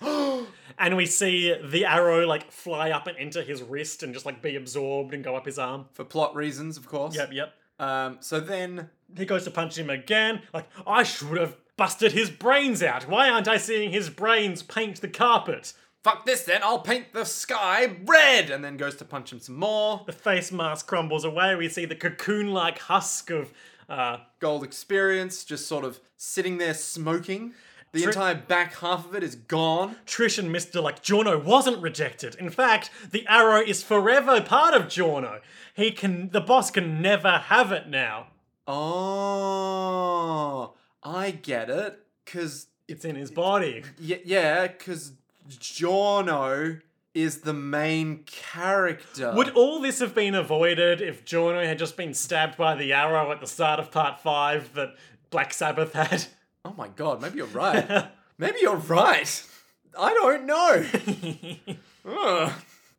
and we see the arrow like fly up and enter his wrist and just like be absorbed and go up his arm.
for plot reasons, of course.
Yep, yep.
Um, so then
He goes to punch him again. Like, I should have busted his brains out. Why aren't I seeing his brains paint the carpet?
fuck this then i'll paint the sky red and then goes to punch him some more
The face mask crumbles away. We see the cocoon like husk of. Uh,
gold experience just sort of sitting there smoking the
Tri-
entire back half of it is gone
Trish and Mr. Like, Jorno wasn't rejected. In fact, the arrow is forever part of Jorno. He can. The boss can never have it now.
oh i get it because
It's in his body.
y- yeah because Jorno is the main character
Would all this have been avoided if Jorno had just been stabbed by the arrow at the start of part five that Black Sabbath had?
oh my god maybe you're right maybe you're right i don't know Ugh.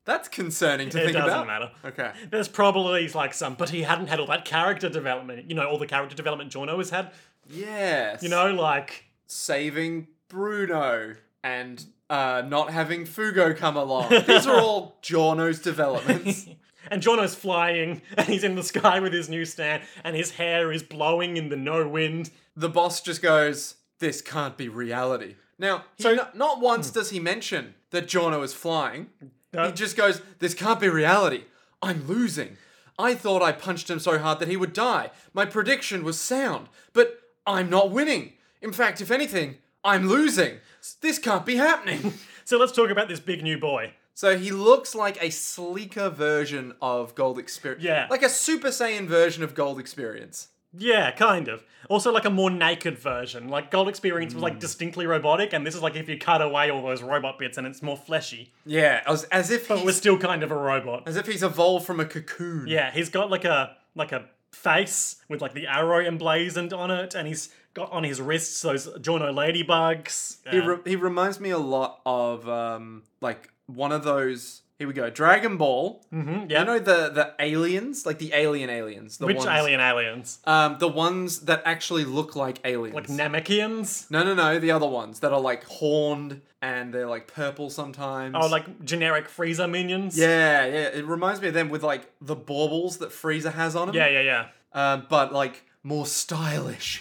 that's concerning to
It
think
doesn't
about
matter.
okay
There's probably like some, but he hadn't had all that character development. You know, all the character development Jorno has had.
yes
You know, like
saving Bruno and uh, not having Fugo come along. These are all Giorno's developments.
and Jorno's flying and he's in the sky with his new stand and his hair is blowing in the no wind.
the boss just goes, This can't be reality. Now, he
So-
no- not once does he mention that Giorno is flying.
No.
He just goes, This can't be reality. I'm losing. I thought I punched him so hard that he would die. My prediction was sound, but I'm not winning. In fact, if anything, I'm losing. This can't be happening.
So let's talk about this big new boy.
So he looks like a sleeker version of Gold Experience.
Yeah.
Like a Super Saiyan version of Gold Experience.
Yeah, kind of. Also, like a more naked version. Like Gold Experience was
Hmm.
like distinctly robotic, and this is like if you cut away all those robot bits and it's more fleshy,
Yeah, as, as if
but we're
he's,
still kind of a robot.
as if he's evolved from a cocoon.
Yeah, he's got like a like a face with like the arrow emblazoned on it, and he's got on his wrists those Jorno ladybugs.
He,
and-
re- he reminds me a lot of um like one of those. Here we go, Dragon Ball.
Mhm, yeah.
You know the the aliens, like the alien aliens. The
Which
ones,
alien aliens?
Um, the ones that actually look like aliens.
Like Namekians?
no, no, no. The other ones that are like horned and they're like purple sometimes.
Or Oh, like generic Freezer minions?
Yeah, yeah. It reminds me of them with like the baubles that Frieza has on him.
Yeah, yeah, yeah.
Um, but like more stylish,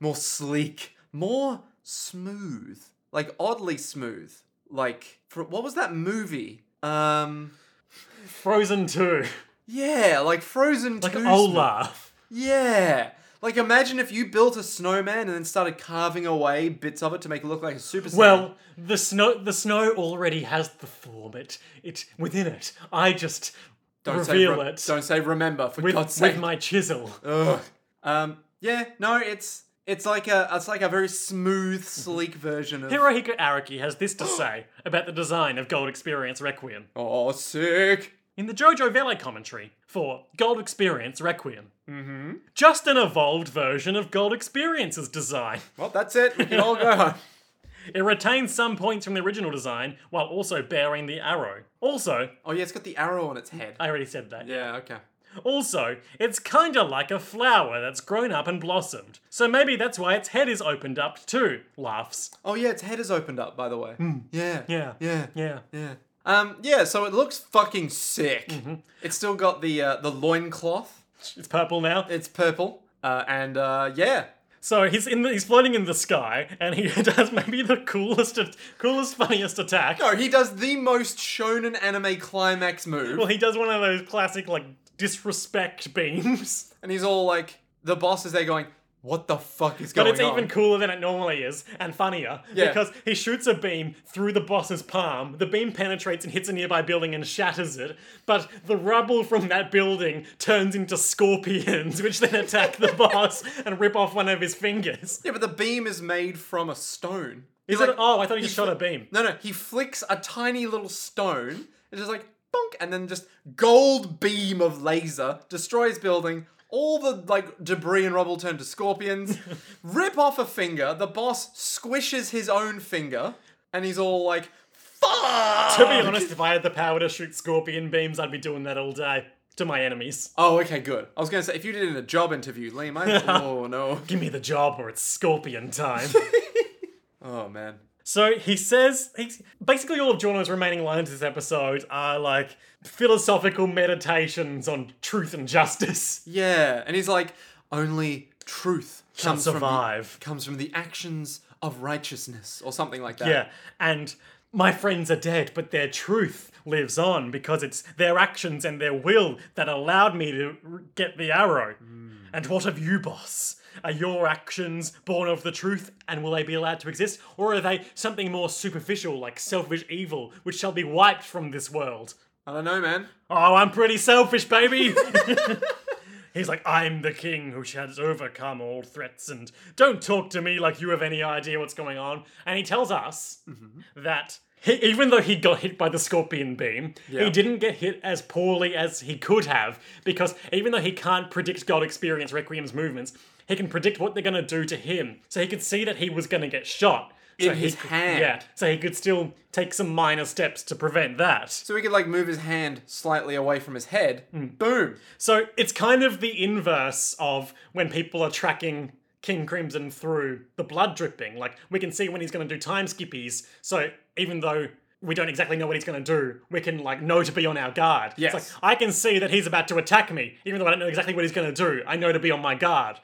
more sleek, more smooth. Like oddly smooth. Like for, what was that movie? Um,
Frozen 2.
yeah, like Frozen.
Like
2
Olaf.
Yeah. Like imagine if you built a snowman and then started carving away bits of it to make it look like a super. Saiyan.
Well, the snow the snow already has the form. It it within it. I just
don't say
reveal
re-
it
Don't say remember for God's
with,
sake.
with my chisel.
Ugh. Um. Yeah. No. It's it's like a it's like a very
Mm-hmm.
smooth, sleek version of.
Hirohiko Araki has this to say about the design of Gold Experience Requiem.
Oh, sick.
In the Jojo Vele commentary for Gold Experience Requiem. Mm-hmm. Just an evolved version of Gold Experience's design.
Well, that's it. We can all go home.
It retains some points from the original design while also bearing the arrow. Also,
Oh yeah, it's got the arrow on its head.
I already said that.
Yeah. Okay.
Also, it's kinda like a flower that's grown up and blossomed. So maybe that's why its head is opened up too. Laughs.
Oh yeah, its head is opened up. By the way. Yeah.
Hmm. Yeah.
Yeah.
Yeah.
Yeah. Um. Yeah. So it looks fucking sick.
Mm-hmm.
It's still got the uh, the loincloth.
It's purple now.
It's purple. Uh. And uh. Yeah.
So he's in the, he's floating in the sky and he does maybe the coolest at- coolest funniest attack.
No, he does the most shonen anime climax move.
Well, he does one of those classic like disrespect beams.
And he's all like, the boss is there going, "What the fuck is
But
going
it's
on?"
even cooler than it normally is, and funnier,
Yeah.
because he shoots a beam through the boss's palm. The beam penetrates and hits a nearby building and shatters it, but the rubble from that building turns into scorpions, which then attack the boss and rip off one of his fingers.
Yeah, but the beam is made from a stone.
Is
He's
it?
like,
Oh, I thought he just shot a beam.
no, no, he flicks a tiny little stone, and just like, bonk, and then just gold beam of laser destroys building. All the like debris and rubble turn to scorpions. Rip off a finger. The boss squishes his own finger, and he's all like, "Fuck!"
To be honest, if I had the power to shoot scorpion beams, I'd be doing that all day to my enemies.
Oh, okay, good. I was gonna say if you did it in a job interview, Liam, I oh no,
Give me the job or it's scorpion time.
oh man.
So he says, he's, basically, all of Jorno's remaining lines this episode are like philosophical meditations on truth and justice.
Yeah, and he's like, only truth
Can
comes from the,
survive.
comes from the actions of righteousness or something like that.
Yeah, and my friends are dead, but their truth lives on because it's their actions and their will that allowed me to r- get the arrow. And what of you, boss? Are your actions born of the truth and will they be allowed to exist? Or are they something more superficial like selfish evil which shall be wiped from this world?
I don't know, man.
Oh, I'm pretty selfish, baby. He's like, I'm the king who has overcome all threats, and don't talk to me like you have any idea what's going on. And he tells us
Mm-hmm.
that he, even though he got hit by the scorpion beam,
Yeah.
he didn't get hit as poorly as he could have, because even though he can't predict God Experience Requiem's movements, he can predict what they're going to do to him. So he could see that he was going to get shot. So
In
he
his
could-
hand.
Yeah, so he could still take some minor steps to prevent that.
So he could like move his hand slightly away from his head.
Hmm.
Boom.
So it's kind of the inverse of when people are tracking King Crimson through the blood dripping. Like we can see when he's going to do time skippies. So even though we don't exactly know what he's going to do, we can like know to be on our guard.
Yes.
It's like I can see that he's about to attack me, even though I don't know exactly what he's going to do. I know to be on my guard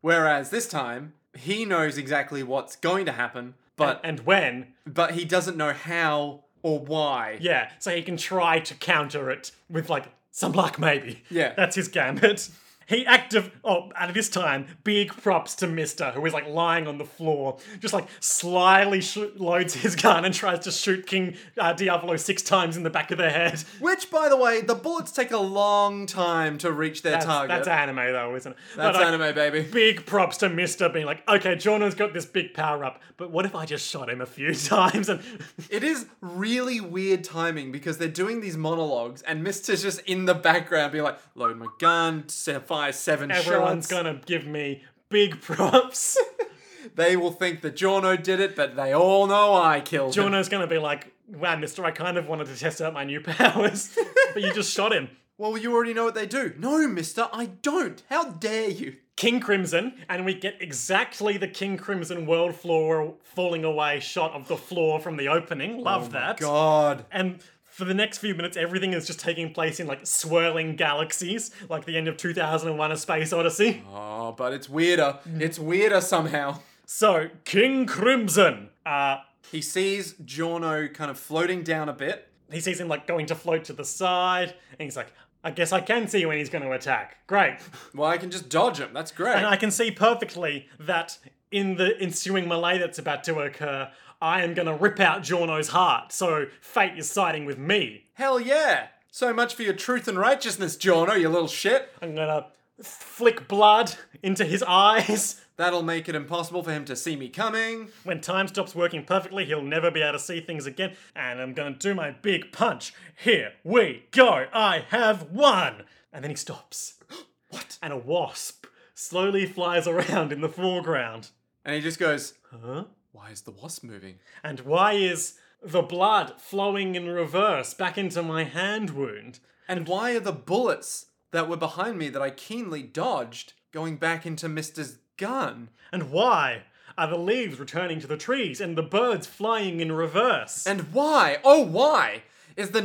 Whereas this time, he knows exactly what's going to happen, but
and when.
but he doesn't know how or why.
Yeah. So he can try to counter it with like some luck, maybe.
Yeah.
That's his gambit. He active oh, and this time, big props to Mister, who is like lying on the floor, just like slyly shoot, loads his gun and tries to shoot King uh, Diavolo six times in the back of the head.
Which, by the way, the bullets take a long time to reach their target.
That's anime though, isn't it?
That's
But, like,
anime, baby.
Big props to Mister being like, okay, Jono's got this big power up, but what if I just shot him a few times and
It is really weird timing because they're doing these monologues and Mister's just in the background being like, load my gun, se- fire seven
everyone's
shots.
gonna give me big props.
They will think that Jorno did it, but they all know I killed him.
Jono's gonna be like, wow, mister, I kind of wanted to test out my new powers, but you just shot him.
Well, you already know what they do. No, Mister, I don't. How dare you?
King Crimson, and we get exactly the King Crimson world floor falling away shot of the floor from the opening. Love that.
Oh God.
And for the next few minutes, everything is just taking place in like swirling galaxies, like the end of 2001 A Space Odyssey.
Oh, but it's weirder. It's weirder somehow.
So, King Crimson, uh,
He sees Jorno kind of floating down a bit.
he sees him like going to float to the side, and he's like, I guess I can see when he's going to attack. Great.
Well, I can just dodge him. That's great.
And I can see perfectly that in the ensuing melee that's about to occur, I am going to rip out Jorno's heart. So fate is siding with me.
Hell yeah. So much for your truth and righteousness, Jorno, you little shit.
I'm going to flick blood into his eyes.
That'll make it impossible for him to see me coming.
When time stops working perfectly, he'll never be able to see things again. And I'm going to do my big punch. Here we go. I have won. And then he stops. what? And a wasp slowly flies around in the foreground.
And he just goes,
Huh?
Why is the wasp moving?
And why is the blood flowing in reverse back into my hand wound?
And why are the bullets that were behind me that I keenly dodged going back into Mister's gun?
And why are the leaves returning to the trees and the birds flying in reverse?
And why, oh why, is the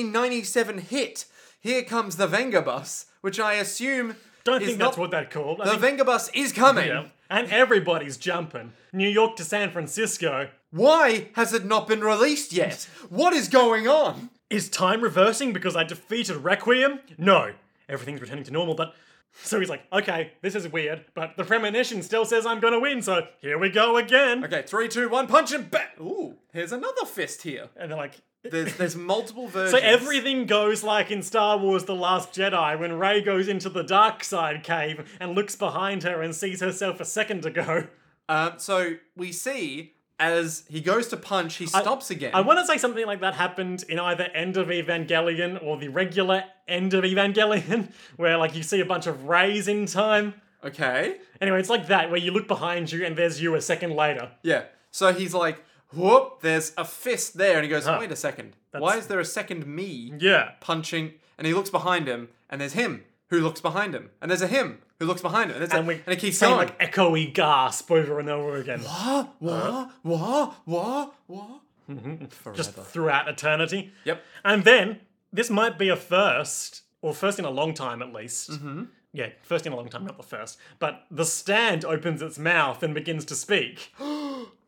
1997 hit Here Comes the Vengabus, which I assume
Don't
is
think
not-
that's what that called. I
The
think-
Vengabus is coming.
yeah. And everybody's jumping. New York to San Francisco.
Why has it not been released yet? What is going on?
Is time reversing because I defeated Requiem? No. Everything's returning to normal, but. So he's like, okay, this is weird, but the premonition still says I'm gonna win, so here we go again.
Okay, three, two, one, punch him back. Ooh, here's another fist here.
And they're like,
There's there's multiple versions.
So everything goes like in Star Wars The Last Jedi when Rey goes into the dark side cave and looks behind her and sees herself a second ago.
Um, so we see as he goes to punch, he stops again.
I want to say something like that happened in either End of Evangelion or the regular End of Evangelion, where like you see a bunch of rays in time.
okay.
Anyway, it's like that where you look behind you and there's you a second later.
Yeah. So he's like, whoop, there's a fist there, and he goes, wait a second. Why is there a second me
Yeah.
punching? And he looks behind him, and there's him who looks behind him, and there's a him who looks behind her. And, it's
And, we
like, and it keeps
saying
going. Ah,
like echoey gasp over and over again,
wah, wah,
Uh.
wah, wah, wah. Forever.
just throughout eternity.
yep.
And then this might be a first, or first in a long time at least.
Mm-hmm.
Yeah, first in a long time, not the first. But the stand opens its mouth and begins to speak.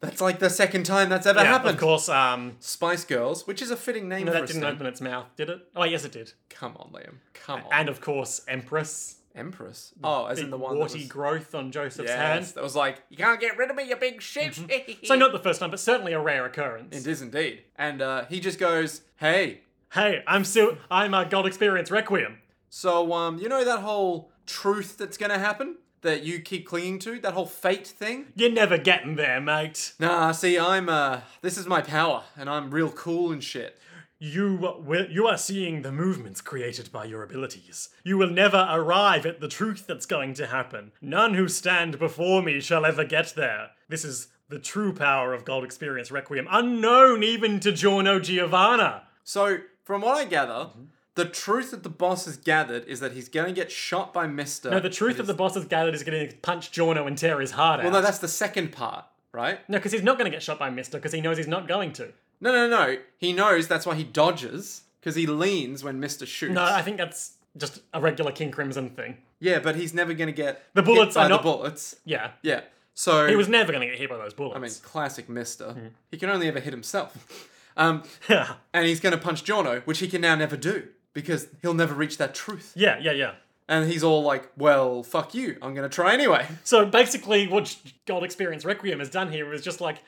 That's like the second time that's ever
Yeah,
happened.
Of course, um,
Spice Girls, which is a fitting name
no,
for
that
a
didn't
stand.
open its mouth, did it? Oh, yes, it did.
Come on, Liam. Come on.
And of course, Empress.
Empress. Oh, as in the one that
warty
was,
growth on Joseph's
yes,
hand. Mm-hmm.
that was like, you can't get rid of me, you big shit.
So not the first time, but certainly a rare occurrence.
It is indeed. And uh, he just goes, hey,
Hey, I'm still I'm a gold experience requiem.
so um, you know that whole truth that's gonna happen that you keep clinging to, that whole fate thing?
You're never getting there, mate.
Nah, see, I'm uh, this is my power, and I'm real cool and shit.
You will, you are seeing the movements created by your abilities. You will never arrive at the truth that's going to happen. None who stand before me shall ever get there. This is the true power of Gold Experience Requiem, unknown even to Giorno Giovanna.
So, from what I gather,
Mm-hmm.
the truth that the boss has gathered is that he's gonna get shot by Mister.
No, the truth of the boss has gathered is going to punch Giorno and tear his heart out.
well, no, that's the second part, right?
no, because he's not going to get shot by Mister, because he knows he's not going to.
No, no, no. He knows that's why he dodges because he leans when Mister shoots.
No, I think that's just a regular King Crimson thing.
yeah, but he's never gonna get
The bullets
hit by
are not-
the bullets.
Yeah.
Yeah. So
He was Hmm. never going to get hit by those bullets.
I mean, classic Mister. He can only ever hit himself. Um, and he's going to punch Jono, which he can now never do because he'll never reach that truth.
yeah, yeah, yeah.
And he's all like, "Well, fuck you. I'm going to try anyway."
So basically, what Gold Experience Requiem has done here is just like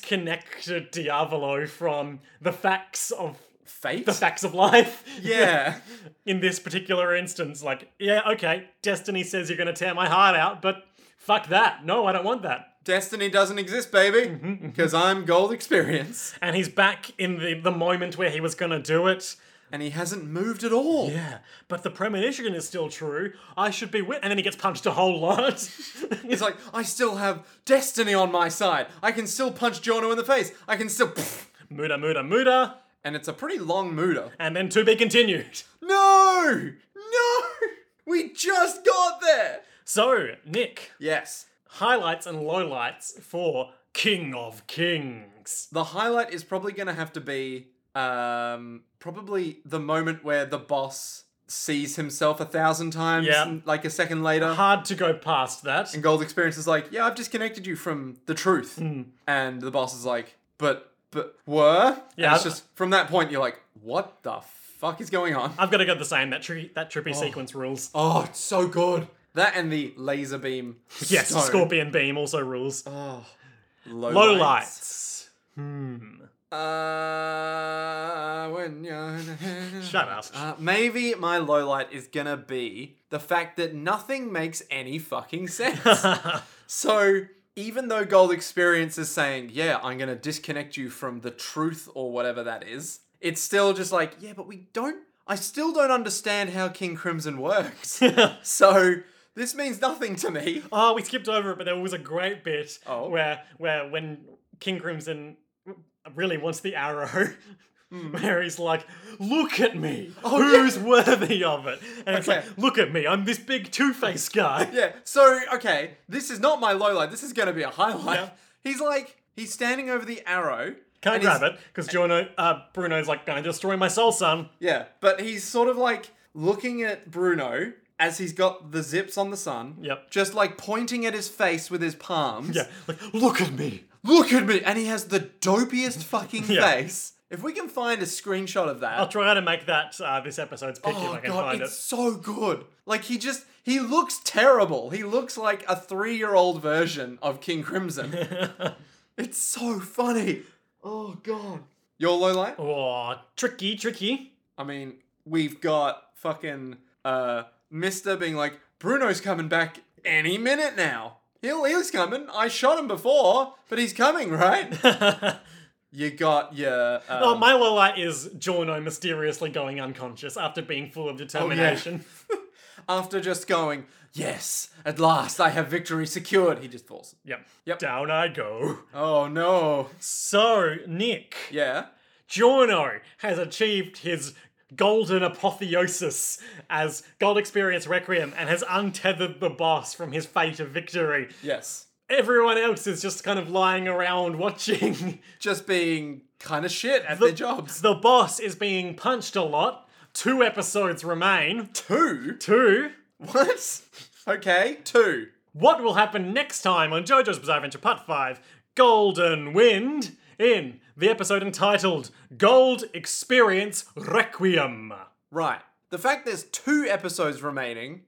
disconnected Diavolo from the facts of
Fate.
the facts of life.
yeah.
In this particular instance, like, yeah, okay, Destiny says you're gonna tear my heart out, but fuck that. No, I don't want that.
Destiny doesn't exist, baby, because I'm gold experience,
And he's back in the the moment where he was gonna do it.
and he hasn't moved at all.
Yeah, but the premonition is still true. I should be wit, and then he gets punched a whole lot.
He's like, "I still have destiny on my side. I can still punch Jono in the face. I can still."
Muda, muda, muda,
And it's a pretty long mooter.
and then to be continued.
No! No! We just got there!
So, Nick,
Yes.
highlights and lowlights for King of Kings.
The highlight is probably going to have to be um, probably the moment where the boss sees himself a thousand times,
Yeah. Uh-huh.
and, like a second later.
Hard to go past that.
And Gold Experience is like, yeah, I've disconnected you from the truth.
Hmm.
And the boss is like, but, but, were?
Yeah,
And it's
I've-
just from that point, you're like, what the fuck is going on?
I've got to go the same. That tri- that trippy sequence rules.
Oh, it's so good. That and the laser beam.
yes,
stone.
Scorpion Beam also rules.
Oh, low,
Low lights.
lights.
Hmm.
Uh, when you're...
Shut up.
Uh, maybe my low light is gonna be the fact that nothing makes any fucking sense. so even though Gold Experience is saying, "Yeah, I'm gonna disconnect you from the truth or whatever that is," it's still just like, "Yeah, but we don't. I still don't understand how King Crimson works." so this means nothing to me.
oh, we skipped over it, but there was a great bit
Oh.
where where when King Crimson really wants the arrow.
Hmm.
Where he's like, look at me, who's worthy of it? And it's
Oh, Okay.
like, look at me, I'm this big two-faced guy.
Yeah. So okay, this is not my low light. This is gonna be a highlight.
Yeah.
He's like, he's standing over the arrow.
Can I
and
grab
he's-
it? Because Giorno, uh, Bruno's like, gonna destroy my soul, son.
Yeah, but he's sort of like looking at Bruno as he's got the zips on the sun.
Yep.
Just like pointing at his face with his palms.
Yeah, like, look at me.
Look at me! And he has the dopiest fucking
Yeah.
face. If we can find a screenshot of that.
I'll try to make that uh, this episode's pick if I
Oh
can
god,
find
it's so good. Like he just he looks terrible. He looks like a 3-year-old version of King Crimson.
it.
it's so funny. Oh god. Your low light?
oh, tricky, tricky.
I mean, we've got fucking uh Mister being like, Bruno's coming back any minute now. He'll he's coming. I shot him before, but he's coming, right? you got your um,
oh, my low light is Giorno mysteriously going unconscious after being full of determination.
after just going, Yes, at last I have victory secured, he just falls.
yep.
Yep.
Down I go.
Oh no.
So, Nick,
Yeah.
Giorno has achieved his golden apotheosis as Gold Experience Requiem and has untethered the boss from his fate of victory.
Yes.
Everyone else is just kind of lying around watching.
Just being kind of shit at their jobs.
The boss is being punched a lot. Two episodes remain.
Two?
Two.
What? Okay, two.
What will happen next time on JoJo's Bizarre Adventure Part 5 Golden Wind in the episode entitled Gold Experience Requiem?
Right. The fact there's two episodes remaining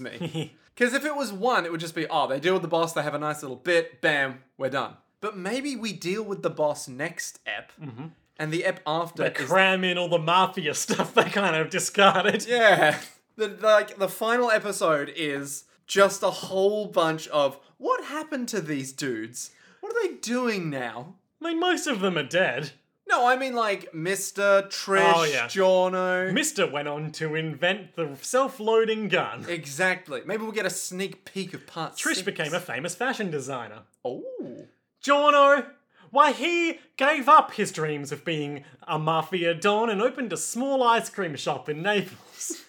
me. Because if it was one, it would just be, oh, they deal with the boss, they have a nice little bit, bam, we're done. But maybe we deal with the boss next ep,
Mm-hmm.
and the ep after
They
is
cram in all the mafia stuff they kind of discarded.
Yeah. The, the- like the final episode is just a whole bunch of what happened to these dudes? What are they doing now?
I mean, most of them are dead.
No, I mean like Mr. Trish,
Oh, yeah.
Jono.
Mister went on to invent the self loading gun.
exactly. Maybe we'll get a sneak peek of part
Trish became a famous fashion designer.
Oh.
Jono, why he gave up his dreams of being a mafia don and opened a small ice cream shop in Naples.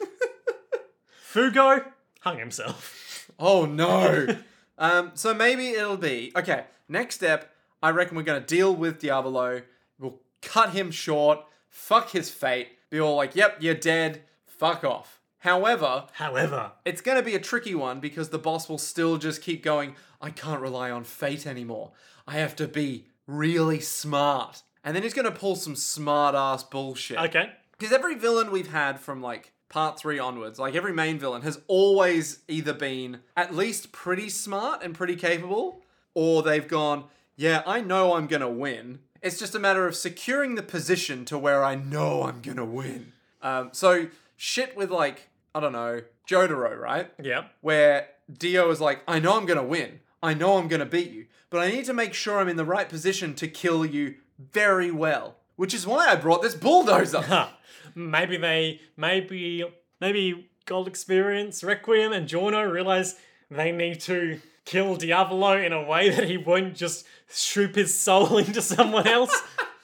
Fugo hung himself.
Oh no. um, so maybe it'll be okay. Next step, I reckon we're gonna deal with Diavolo. We'll cut him short. Fuck his fate. Be all like, "Yep, you're dead. Fuck off." However,
However,
it's going to be a tricky one because the boss will still just keep going, I can't rely on fate anymore. I have to be really smart. And then he's going to pull some smart ass bullshit.
okay,
Because every villain we've had from like part three onwards, like every main villain, has always either been at least pretty smart and pretty capable, or they've gone, yeah, I know I'm going to win. It's just a matter of securing the position to where I know I'm going to win. Um, so, shit with like, I don't know, Jotaro, right?
yep.
where Dio is like, I know I'm going to win. I know I'm going to beat you, but I need to make sure I'm in the right position to kill you very well, which is why I brought this bulldozer.
Huh. Ah, Maybe they, maybe, maybe Gold Experience, Requiem, and Jorno realize they need to kill Diavolo in a way that he won't just shoop his soul into someone else.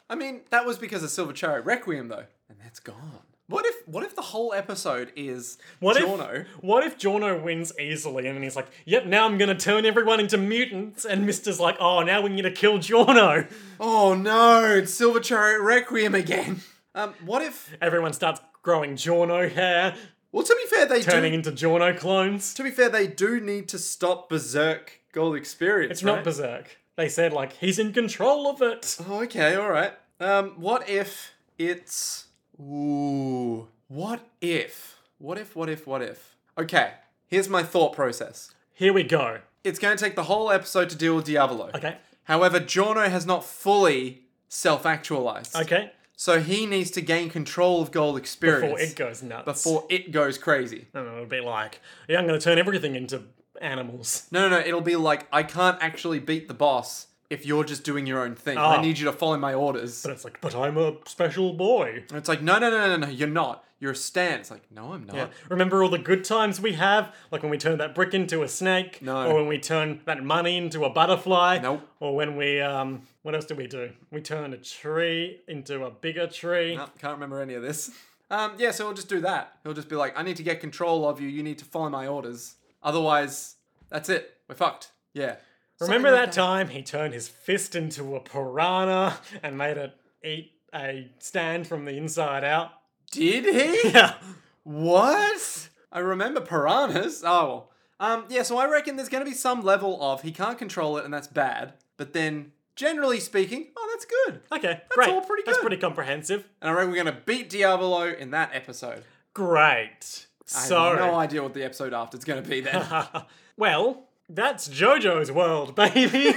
I mean, that was because of Silver Chariot Requiem though, and that's gone. What if what if the whole episode is
What
Giorno?
if what if Jono wins easily and then he's like, "Yep, now I'm gonna turn everyone into mutants," and Mister's like, "Oh, now we need to kill Jono."
Oh no, it's Silver Chariot Requiem again. Um, what if?
Everyone starts growing Jono hair,
Well, to be fair, they
turning
do.
into Jono clones.
To be fair, they do need to stop Berserk Gold Experience.
It's
right?
not berserk. They said like he's in control of it.
Oh, okay, all right. Um, what if it's ooh? What if? What if? What if? What if? Okay, here's my thought process.
Here we go.
It's going to take the whole episode to deal with Diavolo.
Okay,
However, Giorno has not fully self-actualized,
okay.
so he needs to gain control of Gold Experience
Before it goes nuts.
before it goes crazy.
and it'll be like, "Yeah, I'm gonna turn everything into animals."
No, no, no. It'll be like I can't actually beat the boss if you're just doing your own thing. I
Oh.
need you to follow my orders.
But it's like, "But I'm a special boy."
And it's like, no, no, no, no, no, you're not. You're a Stan. It's like, no, I'm not.
Remember all the good times we have, like when we turn that brick into a snake,
No.
or when we turn that money into a butterfly,
Nope.
or when we um, what else did we do? We turned a tree into a bigger tree.
Nope, can't remember any of this. Um, yeah, so he'll just do that. He'll just be like, I need to get control of you. You need to follow my orders. Otherwise, that's it. We're fucked. Yeah.
Remember
Something like
that time he turned his fist into a piranha and made it eat a stand from the inside out?
Did he?
Yeah.
what? I remember piranhas. Oh, well. Um, yeah, so I reckon there's going to be some level of he can't control it and that's bad. But then, generally speaking, oh, that's good.
Okay, great.
all pretty
That's
good.
pretty comprehensive.
And I reckon we're going to beat Diablo in that episode.
Great.
I
So
have no idea what the episode after is going to be then.
well, that's JoJo's world, baby.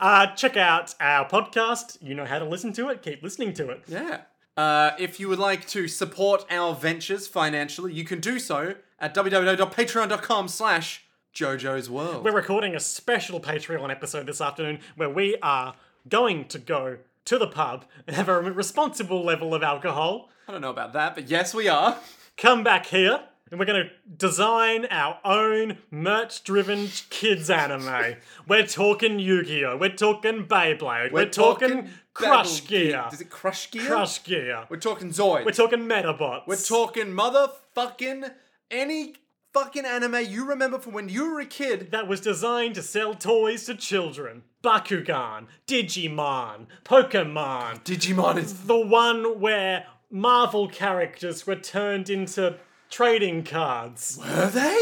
uh, check out our podcast. You know how to listen to it. Keep listening to it.
Yeah. Uh, if you would like to support our ventures financially, you can do so at www.patreon.com slash Jojo's World.
We're recording a special Patreon episode this afternoon where we are going to go to the pub and have a responsible level of alcohol.
I don't know about that, but yes, we are.
Come back here And we're gonna design our own merch-driven kids anime. we're talking Yu-Gi-Oh. We're talking Beyblade. We're, talking, Crush
Battle
Gear.
Is it Crush Gear?
Crush Gear.
We're talking Zoids.
We're talking Metabots.
We're talking motherfucking any fucking anime you remember from when you were a kid.
that was designed to sell toys to children. Bakugan, Digimon, Pokemon.
Digimon is
The one where Marvel characters were turned into trading cards.
were they?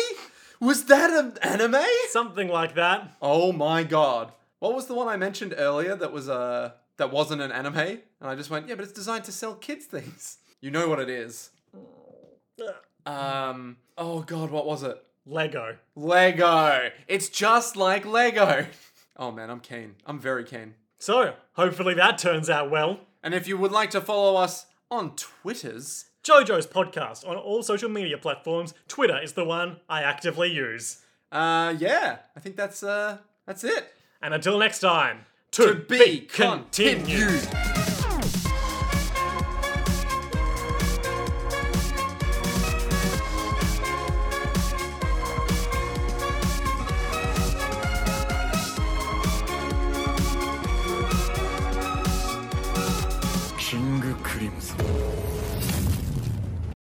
Was that an anime?
Something like that.
Oh my god! What was the one I mentioned earlier that was uh that wasn't an anime? And I just went, yeah, but it's designed to sell kids things. You know what it is? Um. Oh god, what was it?
Lego.
Lego. It's just like Lego. Oh man, I'm keen. I'm very keen.
So, hopefully that turns out well.
And if you would like to follow us on Twitters,
JoJo's podcast on all social media platforms. Twitter is the one I actively use.
Uh, yeah, I think that's uh, that's it.
And until next time,
To be continued.